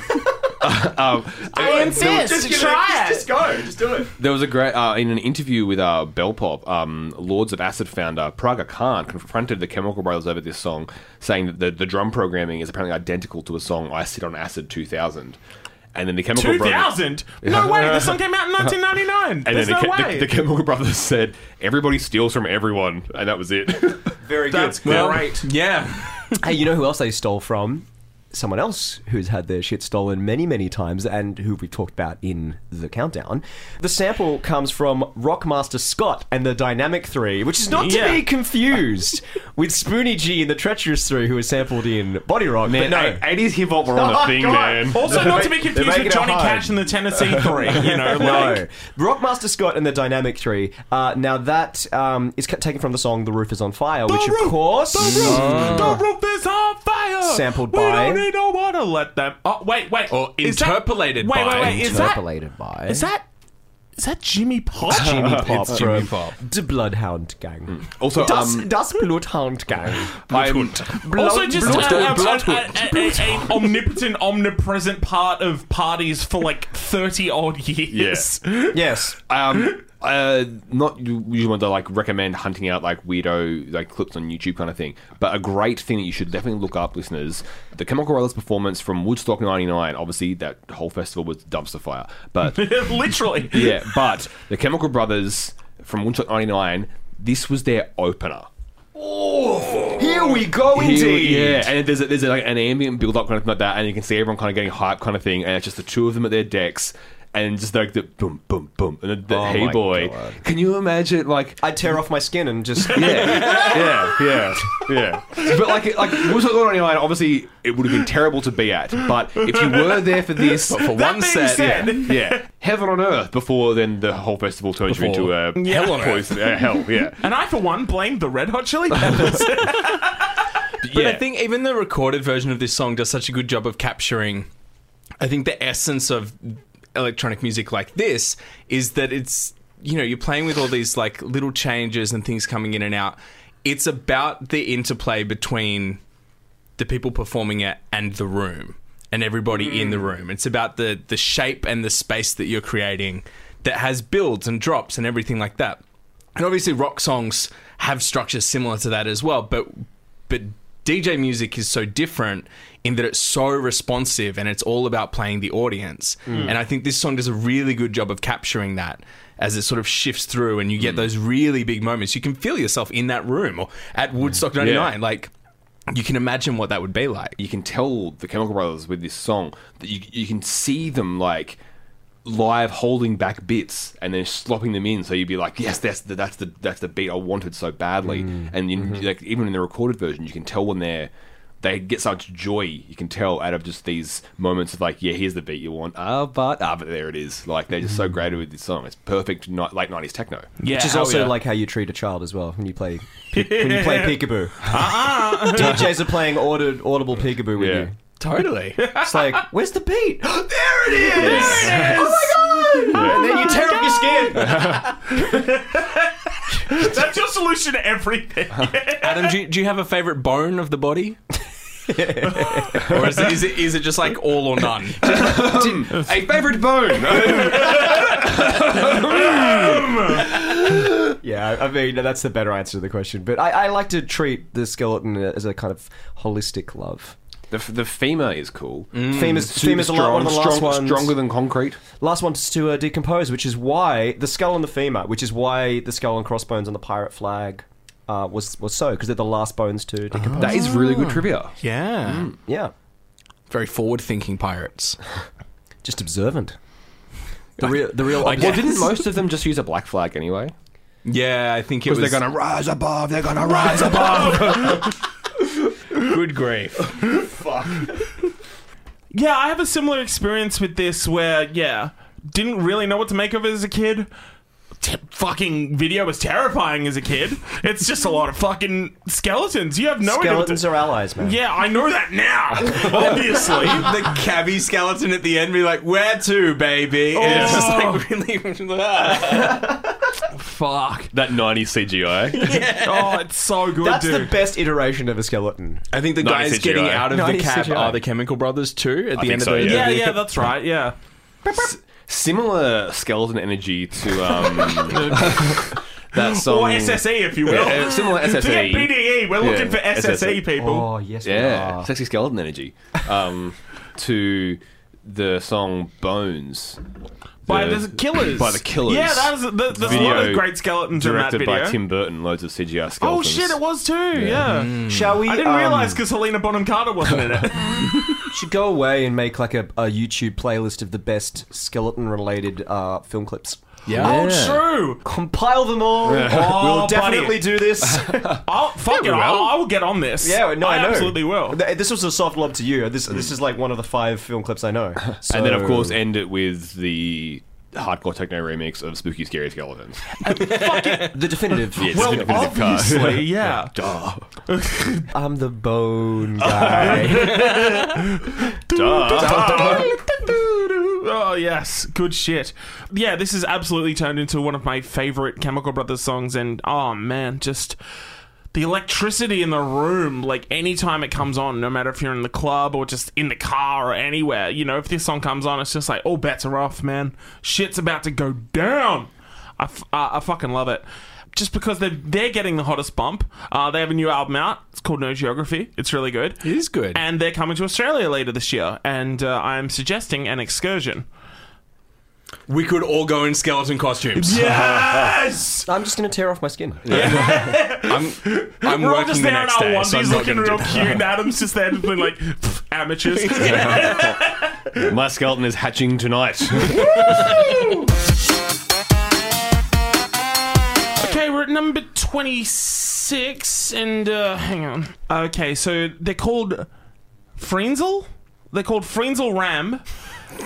I
just try it. Just go. Just do it.
There was a great uh, in an interview with uh, Bellpop, um, Lords of Acid founder Praga Khan confronted the Chemical Brothers over this song, saying that the, the drum programming is apparently identical to a song "I Sit on Acid 2000," and then the Chemical Brothers.
2000? No way. This song came out in 1999.
And
There's
then the,
no
Che-
way.
the, the Chemical Brothers said, "Everybody steals from everyone," and that was it.
Very
That's
good.
well,
Yeah.
Hey, you know who else they stole from? Someone else who's had their shit stolen many, many times and who we've talked about in the countdown. The sample comes from Rockmaster Scott and the Dynamic Three, which is not to
Yeah.
be confused with Spoonie G and the Treacherous Three, who was sampled in Body Rock. but no.
eighties hip hop were on
Oh,
a thing,
God.
man.
Also, not to be
They're
confused
making
with
it
Johnny
hard.
Cash and the Tennessee Three. You know, like
No, Rockmaster Scott and the Dynamic Three. Uh, now that um, is ca- taken from the song "The Roof Is on Fire," which of course
the roof is on fire.
Sampled
we
by-
We don't need no water. Let them. Oh wait, wait.
Or
Is that-
interpolated
Wait,
by.
wait, wait. Is that
interpolated by
is that is that Jimmy Pop?
Jimmy Pop
It's Jimmy
from
Pop.
the Bloodhound Gang.
Also,
Das,
um,
das Bloodhound Gang.
I'm,
Also, just uh, a,
Blood-
a,
Blood-
a, a, a, a, a omnipotent, omnipresent part of parties for like thirty odd years.
Yes.
um, uh, not you, you want to like recommend hunting out like weirdo like clips on YouTube kind of thing, but a great thing that you should definitely look up, listeners. The Chemical Brothers performance from Woodstock '99. Obviously, that whole festival was dumpster fire, but
Literally.
yeah, but the Chemical Brothers from Woodstock '99. This was their opener.
Here we go,
He-
indeed.
Yeah, and there's a, there's a, like an ambient build up kind of thing like that, and you can see everyone kind of getting hype kind of thing, and it's just the two of them at their decks, and just like the boom, boom, boom, and the, the
Oh
hey
my
boy.
God.
Can you imagine like?
I'd tear off my skin and just.
yeah, yeah, yeah, yeah. But like, like was it on line? Obviously, it would have been terrible to be at. But if you were there for this, for
That
one
being
set,
said-
yeah, yeah, heaven on earth. Before then, the whole festival turns you into
Before.
a
Yeah. Hell on earth.
poison, uh, hell, yeah,
And I, for one, blame the Red Hot Chili Peppers.
But
yeah.
I think even the recorded version of this song does such a good job of capturing, I think, the essence of electronic music like this is that it's you know, you're playing with all these like little changes and things coming in and out. It's about the interplay between the people performing it and the room and everybody in the room. It's about the the shape and the space that you're creating that has builds and drops and everything like that. And obviously rock songs have structures similar to that as well, but but DJ music is so different in that it's so responsive and it's all about playing the audience. And I think this song does a really good job of capturing that as it sort of shifts through and you get those really big moments. You can feel yourself in that room or at Woodstock 99 like you can imagine what that would be like.
you can tell the Chemical Brothers with this song that you you can see them like live holding back bits and then slopping them in so you'd be like yes that's the, that's the that's the beat I wanted so badly and in, like even in the recorded version you can tell when they're they get such joy you can tell out of just these moments of like yeah here's the beat you want ah but ah but there it is like they're just so great with this song it's perfect not late 90s techno
Yeah,
Which is
hell
also
yeah.
like how you treat a child as well when you play when you play peekaboo. DJs are playing audit, audible peekaboo with
Yeah.
you.
Totally.
It's like, where's the beat?
there it is.
Oh and then you tear up your skin.
that's your solution to everything.
Adam, do you, do you have a favorite bone of the body? or is it, is it is it just like all or none?
a favorite bone
Yeah, I- I mean that's the better answer to the question. But I, I like to treat the skeleton as a kind of holistic love.
the, the femur is cool
Famous, famous a lot. One of the last
strong-
ones.
stronger than concrete
last one to uh, decompose, which is why the skull and the femur, which is why the skull and crossbones on the pirate flag uh, was was so because they're the last bones to decompose.
that is really good trivia
Yeah.
Uh-huh. Yeah,
Very forward thinking pirates.
just observant. The real, the real.
I
Well,
guess.
didn't most of them just use a black flag anyway?
Yeah, I think it was.
Because they're going to rise above. They're going to rise above.
good grief.
Yeah, I have a similar experience with this where, yeah, didn't really know what to make of it as a kid. T- fucking video was terrifying as a kid. It's just a lot of fucking skeletons. You have no
skeletons
idea.
are allies, man.
What to- yeah, I know that now. Obviously.
the cabbie skeleton at the end be like, "Where to, baby?"
Oh.
And it's just like really.
Fuck.
that 90s CGI.
Oh, it's so good,
That's the
dude.
best iteration of a skeleton.
I think the
Not
guys
CGI.
getting out of
Not
the cab
CGI.
are the Chemical Brothers too. At the
think
end
so,
of the
yeah, yeah, that's right. Yeah.
Similar skeleton energy to um, that song.
Or SSE, if you will.
Yeah, uh, similar
Forget
SSE.
PDE. E, We're
Yeah,
looking for SSE,
SSE.
people.
Oh yes, we
Yeah,
are.
sexy skeleton energy. Um, to the song Bones.
by
The-
the Killers.
By the Killers.
Yeah, that was, that, that's a lot of
Video
great skeletons in that
Directed
video.
by Tim Burton, loads of CGI skeletons.
oh, shit, it was too. Yeah.
Hmm.
Shall we?
I didn't
um,
realize because Helena Bonham Carter wasn't in it.
Should go away and make like a, a YouTube playlist of the best skeleton-related uh, film clips.
yeah.
Oh, true.
Compile them all.
Oh,
we'll
buddy.
definitely do this.
I'll, fuck it. I'll, I will get on this.
Yeah, no, I, know.
absolutely will.
Th- This was a soft lob to you. This this is like one of the five film clips I know. So-
And then, of course, end it with the hardcore techno remix of Spooky Scary Skeletons.
the definitive.
Yes,
Well,
definitive cut.
obviously, yeah.
Duh.
oh, I'm the bone guy.
Oh yes, good shit. Yeah, this has absolutely turned into one of my favorite Chemical Brothers songs, and oh man, just the electricity in the room. Like anytime it comes on, no matter if you're in the club or just in the car or anywhere, you know, if this song comes on, it's just like all bets are off, man. Shit's about to go down. I, f- I- I fucking love it. Just because they're, they're getting the hottest bump. Uh, they have a new album out. It's called No Geography. It's really good.
It is good.
And they're coming to Australia later this year, and uh, I'm suggesting an excursion.
we could all go in skeleton costumes.
Yes!
I'm just gonna tear off my skin.
I'm, I'm
We're all
working
just
the
there in
next
our
day, so I'm
onesies
not gonna
looking
do
real
that.
cute, and Adam's just there just being like, "Pff, amateurs. yeah.
My skeleton is hatching tonight.
Okay, we're at number 26, and uh, hang on. Okay, so they're called Frenzel? They're called Frenzel Ram.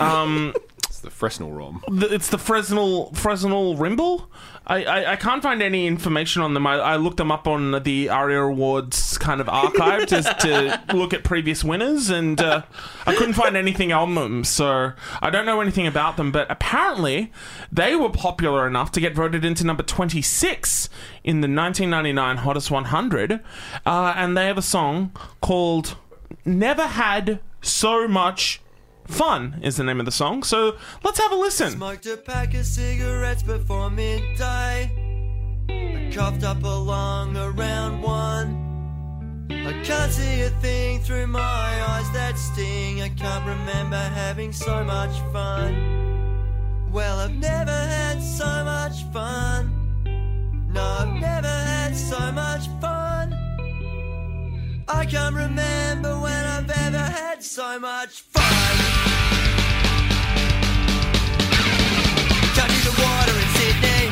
Um,
it's the Fresnel ROM.
th- it's the Fresnel Fresnel Rimble. I, I, I can't find any information on them. I, I looked them up on the ARIA Awards kind of archive just to look at previous winners, and uh, I couldn't find anything on them. So I don't know anything about them, but apparently they were popular enough to get voted into number 26 in the 1999 Hottest 100. Uh, and they have a song called Never Had So Much Fun, is the name of the song. So let's have a listen.
Smoked a pack of cigarettes before midday. I coughed up along around one. I can't see a thing through my eyes that sting. I can't remember having so much fun. Well, I've never had so much fun. No, I've never had so much fun. I can't remember when I've ever had so much fun. Can't eat the water in Sydney.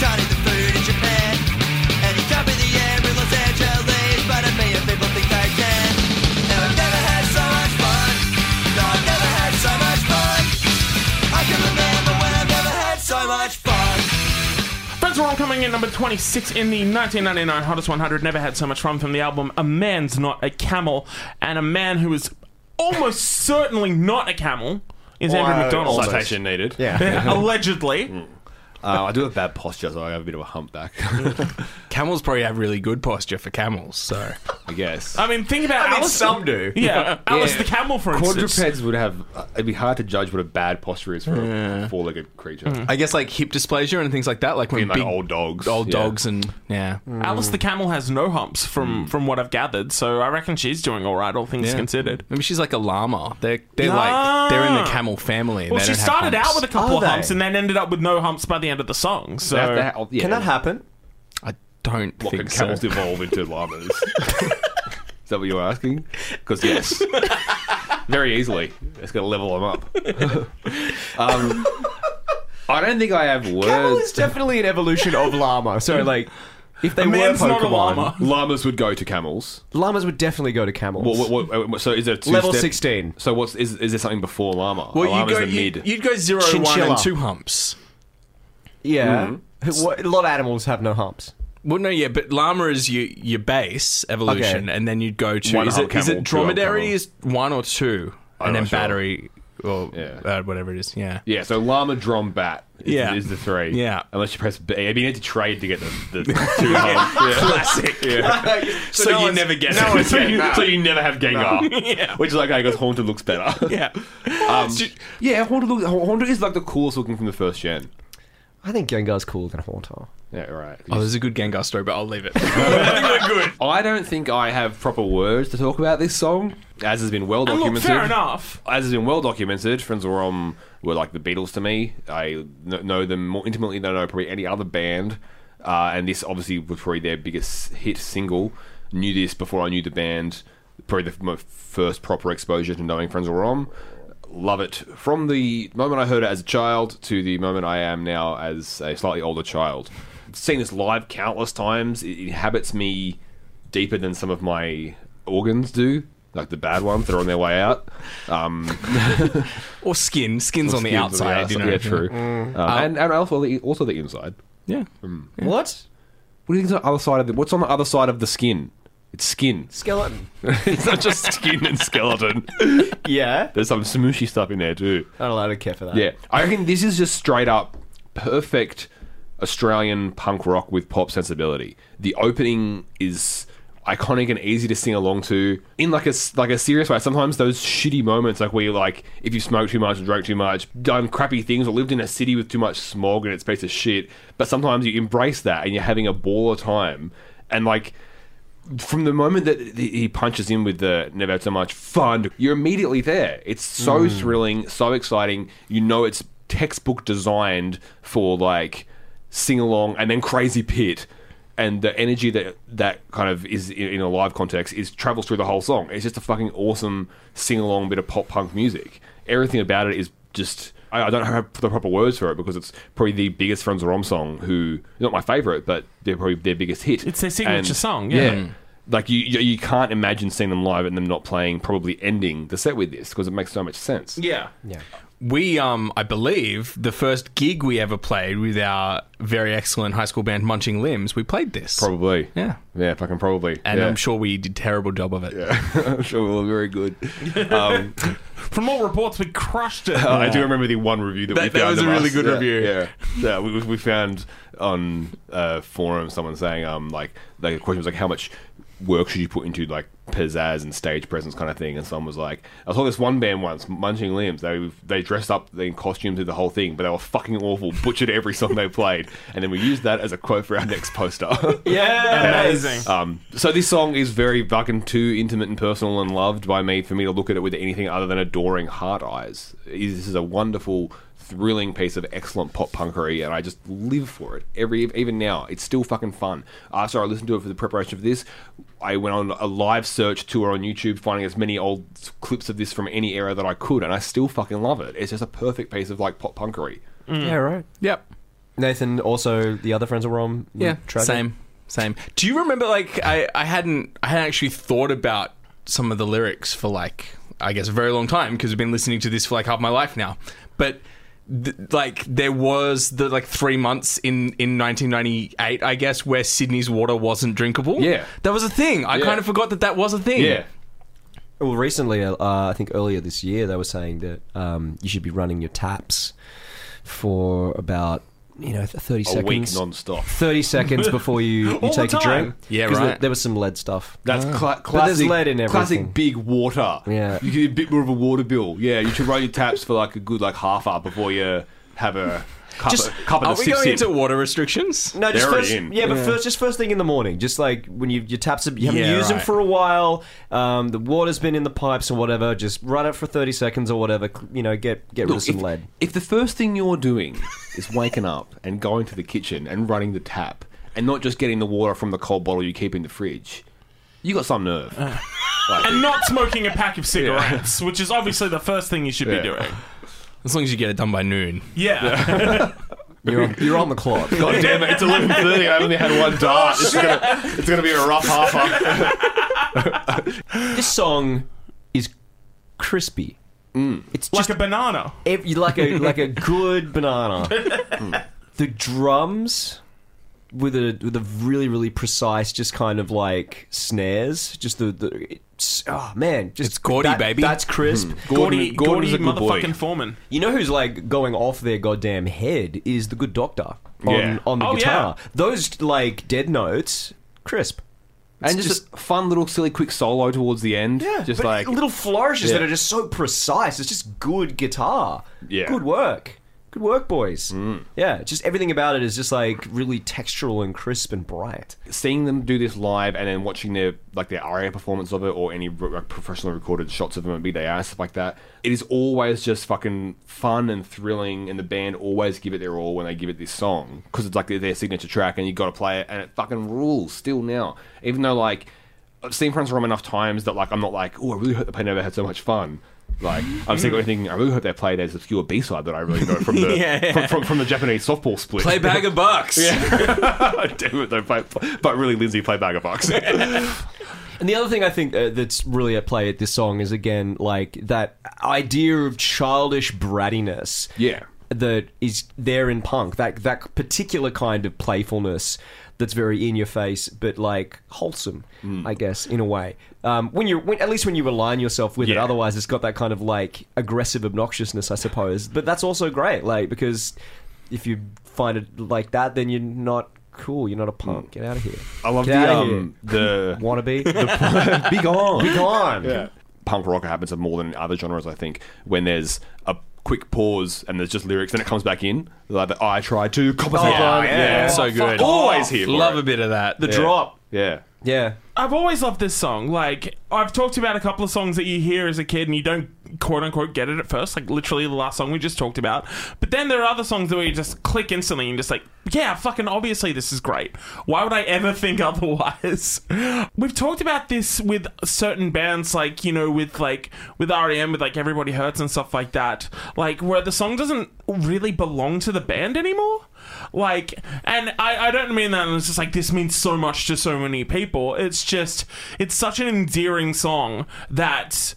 Can't eat the food in Japan. And it can't be the air in Los Angeles. But a million people think they can. And I've never had so much fun. No, I've never had so much fun. I can remember when I've never had so much fun.
Friends, we're all coming in number 26 in the 1999 Hottest 100. Never had so much fun from the album A Man's Not a Camel. And a man who is almost certainly not a camel is Andrew McDonald.
Citation needed.
Yeah, Allegedly.
Uh, I do have bad posture, so I have a bit of a humpback.
Camels probably have really good posture for camels, so
I guess.
I mean, think about Alice.
some do.
yeah, Alice
Yeah.
the camel, for instance.
Quadrupeds would have. Uh, it'd be hard to judge what a bad posture is for a four-legged creature.
I guess like hip dysplasia and things like that, like when
Being like
big
old dogs,
old
yeah.
dogs and yeah.
Alice the camel has no humps, from from what I've gathered. So I reckon she's doing all right, all things
Yeah.
considered.
Maybe she's like a llama. They're they're
Ah.
like they're in the camel family.
Well, she started out with a couple
Are
of
they?
humps and then ended up with no humps by the end of the song. So
They have to ha- oh, yeah.
Can that happen?
I don't
What, can
think so.
camels evolve into llamas? is that what you were asking? Because yes, very easily. It's going to level them up. um, I don't think I have words.
Camel is definitely an evolution of llama. So like, if they were
man's not a
Pokemon,
llama.
llamas would go to camels.
llamas would definitely go to camels.
Well, what, what, uh, so is there two
Level
step-
16.
So what's is, is there something before llama?
Well,
llama's
you go
the mid.
you, you'd go zero, one,
Chinchilla.
and two humps.
Yeah, What- a lot of animals have no humps.
Well, no, yeah, but llama is your your base evolution,
Okay.
and then you'd go to
One
is
hump
it, is
camel,
it
two hump
dromedary
camel.
is one or two,
I'm
and then
not sure.
battery or
Yeah.
uh, whatever it is. Yeah,
yeah, so llama, drum, bat is,
Yeah.
is the three.
Yeah.
Unless you press B. I mean, you need to trade to get the, the two humps. Yeah.
classic.
Yeah.
So, you never get
No,
it.
it's so, you, so you never have Gengar. Which is like, I guess Haunted looks better.
yeah.
Um, yeah, Haunted, looks, Haunted is like the coolest looking from the first gen.
I think Gengar's cooler than Haunter.
Yeah, right.
Oh, there's a good Gengar story, but I'll leave it.
I don't think I have proper words to talk about this song, as has been well
And
documented.
look, fair enough.
as has been well documented, Friends of Rom were like the Beatles to me. I kn- know them more intimately than I know probably any other band. Uh, and this obviously was probably their biggest hit single. Knew this before I knew the band. Probably the, my first proper exposure to knowing Friends of Rom. Love it. From the moment I heard it as a child to the moment I am now as a slightly older child. Seen this live countless times. It inhabits me deeper than some of my organs do. Like the bad ones that are on their way out. Um,
or skin. Skin's on the
Yeah,
outside. you know.
yeah, true. Uh, and and also the also the inside.
Yeah.
What
What do you think's on the other side of the? What's on the other side of the skin? It's skin.
skeleton?
it's not just skin and skeleton.
Yeah,
There's some smooshy stuff in there too.
I don't, I don't care for that.
Yeah, I reckon this is just straight up perfect Australian punk rock with pop sensibility. The opening is iconic and easy to sing along to in like a s- like a serious way. Sometimes those shitty moments, like where you're like, if you smoke too much, or drank too much, done crappy things, or lived in a city with too much smog and it's a piece of shit. But sometimes you embrace that and you're having a ball of time, and like from the moment that th- he punches in with the never had so much fun, you're immediately there. It's so
Mm.
thrilling, so exciting. You know it's textbook designed for like sing along and then crazy pit. And the energy that that kind of is in, in a live context is travels through the whole song. It's just a fucking awesome sing along bit of pop punk music. Everything about it is just I, I don't have the proper words for it because it's probably the biggest Friends of Rom song. Who not my favorite, but they're probably their biggest hit.
It's their signature
And-
song, yeah. Mm.
Like you, you, you can't imagine seeing them live and them not playing, probably ending the set with this because it makes so much sense.
Yeah.
yeah.
we, um, I believe, the first gig we ever played with our very excellent high school band Munching Limbs, we played this.
Probably.
Yeah.
Yeah, fucking probably.
And
Yeah.
I'm sure we did terrible job of it.
I'm sure we were very good. Um,
From all reports, we crushed it.
Uh, I do remember the one review that, we
That-
found.
that was
of
a really
us.
good
Yeah,
review.
Yeah, yeah. We, we found on uh, forum someone saying um like like the question was like how much work should you put into like pizzazz and stage presence kind of thing, and someone was like I saw this one band once, Munching Limbs. They they dressed up in costumes did the whole thing, but they were fucking awful, butchered every song they played, and then we used that as a quote for our next poster.
Yeah.
Amazing.
Um, so this song is very fucking too intimate and personal and loved by me for me to look at it with anything other than adoring heart eyes. Is- This is a wonderful, thrilling piece of excellent pop punkery, and I just live for it. Every even now, it's still fucking fun. After I listened to it for the preparation for this, I went on a live search tour on YouTube, finding as many old clips of this from any era that I could, and I still fucking love it. It's just a perfect piece of like pop punkery.
Yeah, right.
Yep.
Nathan, also the other friends of Rom.
Yeah,
tragic.
same, same. Do you remember? Like, I, I hadn't, I hadn't actually thought about some of the lyrics for like, I guess, a very long time because I've been listening to this for like half my life now. But th- like, there was the like three months in in 1998, I guess, where Sydney's water wasn't drinkable.
Yeah.
that was a thing. I
Yeah.
kind of forgot that that was a thing.
Yeah.
Well, recently, uh, I think earlier this year, they were saying that um, you should be running your taps for about you know thirty
A
seconds.
week non-stop.
30 seconds before you, you
All the
take a
time.
drink.
Yeah,
'Cause
right.
There, there was some lead stuff.
That's cla- classic.
Ah. there's lead in everything.
Classic big water.
Yeah.
you get a bit more of a water bill. Yeah, you should run your taps for like a good like half hour before you have a cup,
Just,
a cup
are
of
we
the sip
going
sip.
into water restrictions?
No, just
They're already
first,
in.
yeah, but first, just first thing in the morning, just like when you your taps, have, you haven't
Yeah,
used them
right.
for a while. Um, the water's been in the pipes or whatever. Just run it for thirty seconds or whatever. cl- You know, get get rid of
Look,
some
if,
lead.
if the first thing you're doing is waking up and going to the kitchen and running the tap and not just getting the water from the cold bottle you keep in the fridge, you got some nerve. Like,
and not smoking a pack of cigarettes, which is obviously the first thing you should
Yeah.
be doing.
As long as you get it done by noon.
Yeah.
You're on, you're on the clock.
God damn it! It's eleven thirty. I only had one dart. It's gonna, it's gonna be a rough half hour.
this song is crispy. It's
like
just
a banana.
ev- like a like a good banana. the drums with a with a really really precise, just kind of like snares. Just the the it's, oh man, just
It's gaudy,
that-
baby.
That's crisp.
Gaudy,
Gordon's
gaudy
a good boy.
motherfucking foreman.
You know who's like going off their goddamn head is the good doctor on
Yeah.
on the
Oh,
guitar. Those like dead notes, crisp.
and just, a fun little silly quick solo towards the end. just
but
like
little flourishes
Yeah.
that are just so precise. It's just good guitar.
Yeah. Mm.
Good work. Good work, boys. Yeah, just everything about it is just like really textural and crisp and bright.
seeing them do this live and then watching their like their aria performance of it or any r- like, professionally recorded shots of them and be their ass stuff like that it is always just fucking fun and thrilling and the band always give it their all when they give it this song because it's like their, their signature track and you gotta play it and it fucking rules still now even though like I've seen Friends Rom enough times that like I'm not like oh I really hope the band never had so much fun like I'm sitting there thinking I really hope they played as obscure B-side that I really know from the from, from, from the Japanese softball split
Play bag of bucks.
Damn it, though, but, uh, but really, Lindsay played Bag of Bucks.
And the other thing I think uh, that's really at play at this song is again like that idea of childish brattiness.
Yeah.
That is there in punk. That that particular kind of playfulness that's very in your face, but like wholesome,
Mm.
I guess, in a way. Um, when you when, at least when you align yourself with it.
Yeah.
Otherwise, it's got that kind of like aggressive obnoxiousness, I suppose. But that's also great, like because if you find it like that, then you're not cool. You're not a punk. Get out of here.
Mm. I love
Get
the
outta here.
um, the
wannabe. be gone. Be gone.
punk rock happens more than other genres. I think when there's a quick pause and there's just lyrics, then it comes back in. Like the I try to compensate.
Oh,
yeah, yeah.
So good.
Always here. For
Love
it.
a bit of that.
The drop.
Yeah.
Yeah.
I've always loved this song. Like I've talked about a couple of songs that you hear as a kid and you don't quote unquote get it at first. Like literally the last song we just talked about. But then there are other songs where you just click instantly and just like, yeah, fucking obviously this is great. Why would I ever think otherwise? We've talked about this with certain bands, like you know, with like with REM, with like Everybody Hurts and stuff like that. Like where the song doesn't really belong to the band anymore. Like, and I, I don't mean that. And it's just like this means so much to so many people. It's just it's such an endearing song that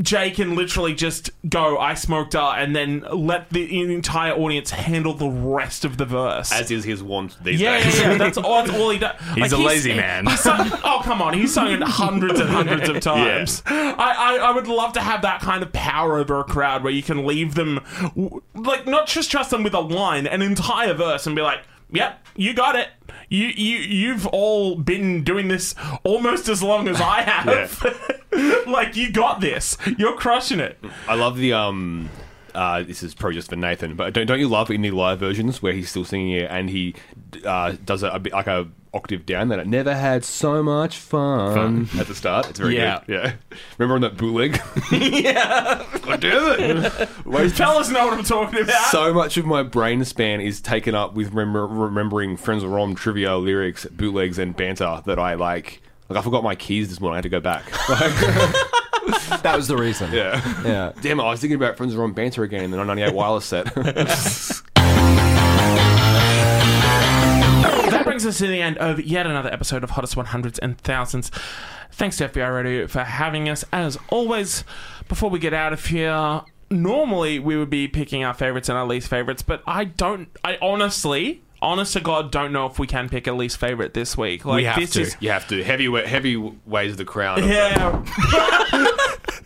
Jay can literally just go, I smoked her, and then let the entire audience handle the rest of the verse.
As is his want these
yeah, yeah,
days.
yeah, that's all, that's all he does.
He's a lazy man.
He sung, oh, come on. He's sung it hundreds and hundreds of times. I, I, I would love to have that kind of power over a crowd where you can leave them, w- like, not just trust them with a line, an entire verse, and be like, Yep, you got it. You you you've all been doing this almost as long as I have. like you got this. You're crushing it.
I love the um. Uh, this is probably just for Nathan, but don't don't you love in the live versions where he's still singing it and he uh, does a, a bit like a octave down that it never had so much fun, at the start. It's very
Yeah.
good. Yeah, remember on that bootleg? yeah, God damn it! Waste-
Fellas know what I'm talking about.
so much of my brain span is taken up with remember, remembering Friends of Rom trivia lyrics, bootlegs, and banter that I like. Like I forgot my keys this morning. I had to go back.
That was the reason.
Yeah.
Yeah.
Damn it! I was thinking about Friends of Rom banter again in the 98 wireless set.
that brings us to the end of yet another episode of Hottest 100s and Thousands. Thanks to FBI Radio for having us. As always, before we get out of here, normally we would be picking our favorites and our least favorites, but I don't, I honestly, honest to God, don't know if we can pick a least favorite this week. Like,
have
this
to.
is.
You have to heavy we- heavy weighs the crown. of the-
Yeah.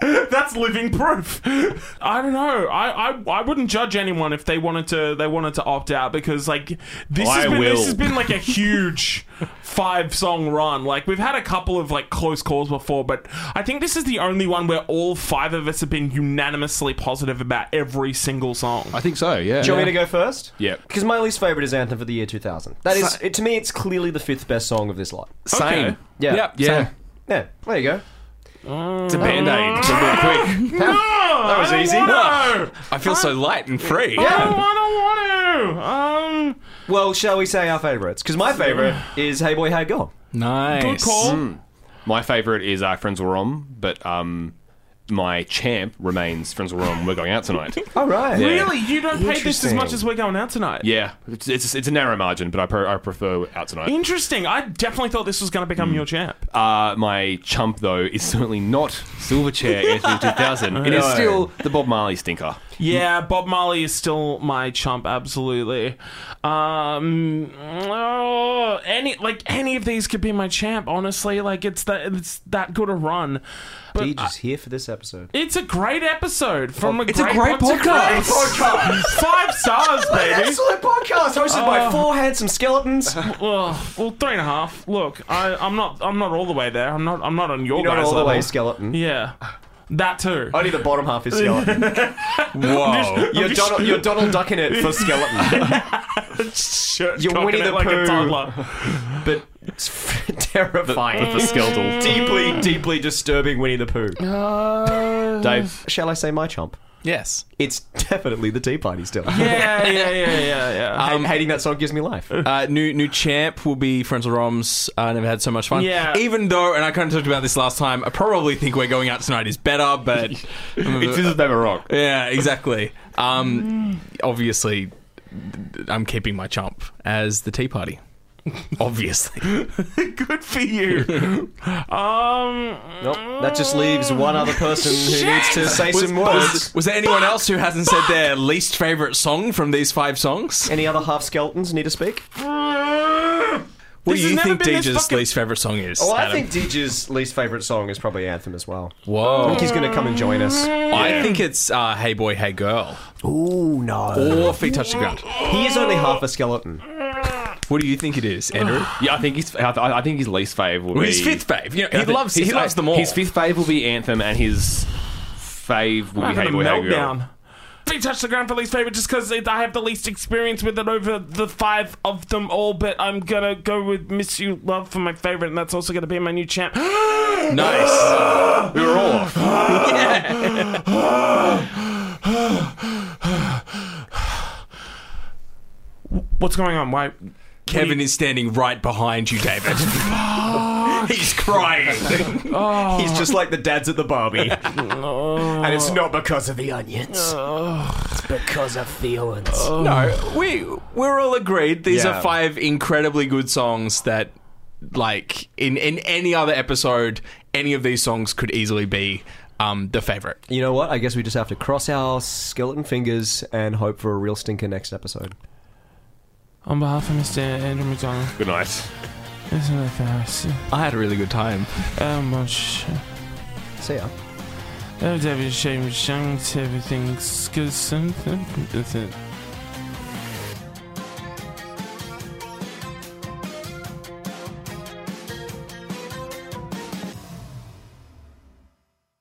That's living proof. I don't know. I, I I wouldn't judge anyone if they wanted to they wanted to opt out because like this
I
has been
will.
this has been like a huge five song run. Like we've had a couple of like close calls before, but I think this is the only one where all five of us have been unanimously positive about every single song.
I think so. Yeah.
Do you want me to go first?
Yeah.
Because my least favorite is Anthem for the Year 2000. That is, it, to me, it's clearly the fifth best song of this lot.
Same.
Okay.
Yeah.
Yep.
Yeah.
Yeah. There you go.
It's a band aid. It's a bit quick.
that
was easy.
I feel so light and free.
I don't want to. Um,
Well, shall we say our favorites? Because my favorite is Hey Boy, Hey Girl.
Nice.
good call.
My favourite is uh, Friends Will Rom, but um, my champ remains Friends Will Rom. We're going out tonight.
All right.
Really, you don't hate this as
Interesting.
much as we're going out tonight.
yeah. It's, it's it's a narrow margin, but I pre- I prefer out tonight.
Interesting. I definitely thought this was going to become
Hmm.
your champ.
Uh, my chump though is certainly not Silverchair Anthony 2000. It is
No.
still the Bob Marley stinker.
Yeah, Bob Marley is still my chump, absolutely. Um, oh, any like any of these could be my champ, honestly. Like it's that it's that good a run. But
Deej is here for this episode.
it's a great episode from
Oh,
a
It's a
great
great
what's
podcast.
podcast. Five stars, baby.
Excellent podcast hosted by four handsome skeletons.
Ugh, well, three and a half. Look, I, I'm not I'm not all the way there. I'm not I'm not on your
You're not
guys
all the way
level.
skeleton.
Yeah, that too.
Only the bottom half is skeleton.
Whoa.
You're Donald, you're Donald ducking it for skeleton, you're
Cocking
Winnie
it
the
like a
Pooh.
toddler.
but it's f- terrifying.
The skeletal.
deeply, deeply disturbing Winnie the Pooh.
Dave.
Shall I say my chump?
yes.
It's definitely the Tea Party still.
Yeah, yeah, yeah, yeah, yeah.
Ha- hating that song gives me life.
Uh, new new champ will be Friends of Roms. I never had so much fun.
Yeah.
Even though, and I kind of talked about this last time, I probably think we're going out tonight is better, but
It's this is Baby Rock.
yeah, exactly. Um, obviously, I'm keeping my chump as the Tea Party. obviously,
Good for you. um,
Nope. That just leaves one other person who needs to say some
was,
words.
was there anyone else who hasn't said their least favorite song from these five songs?
Any other half skeletons need to speak?
What
This
do
has
you
never
think
been this
Deej's
fucking-
least favorite song is?
Well, Oh, I
Adam?
think Deej's least favorite song is probably Anthem as well. I
Whoa.
think he's going to come and join us.
I think it's uh, Hey Boy, Hey Girl.
Ooh, no.
Or Feet Touch the Ground.
He is only half a skeleton.
What do you think it is, Andrew?
Yeah, I think he's. I, I think his least fave would
Well,
be
his fifth fave. You know,
I
he
think-
loves
his-
he loves them all.
His fifth fave will be Anthem, and his fave will
I'm
be Hey
having
Boy,
a
Hey Girl.
meltdown. Feet touch the ground for least favorite just because I have the least experience with it over the five of them all, but I'm gonna go with Miss You Love for my favorite, and that's also gonna be my new champ.
nice.
We were all off.
What's going on? Why?
Kevin is standing right behind you, David. He's crying.
He's just like the dads at the Barbie. and it's not because of the onions.
Because of feelings.
Oh. no, we we're all agreed. These
Yeah.
are five incredibly good songs that, like in in any other episode, any of these songs could easily be. um, the favorite.
You know what? I guess we just have to cross our skeleton fingers and hope for a real stinker next episode.
On behalf of Mr. Andrew McDonald,
Good night.
isn't it Ferris?
I had a really good time.
Oh, much.
See ya.
Oh, David Shane, everything's good. Something. That's it.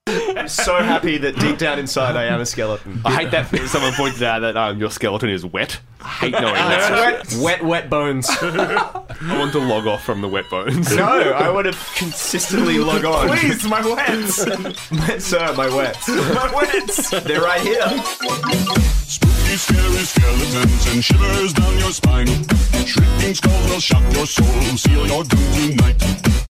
I'm so happy that deep down inside I am a skeleton.
I hate that someone pointed out that um, your skeleton is wet. I hate knowing that.
wet, wet bones.
I want to log off from the wet bones.
No, I want to consistently log on.
Please, my wets!
Sir, my wets.
My wets!
They're right here.
Spooky, scary skeletons and shivers down your spine. Shrieking skulls will shock your soul, seal your doom tonight.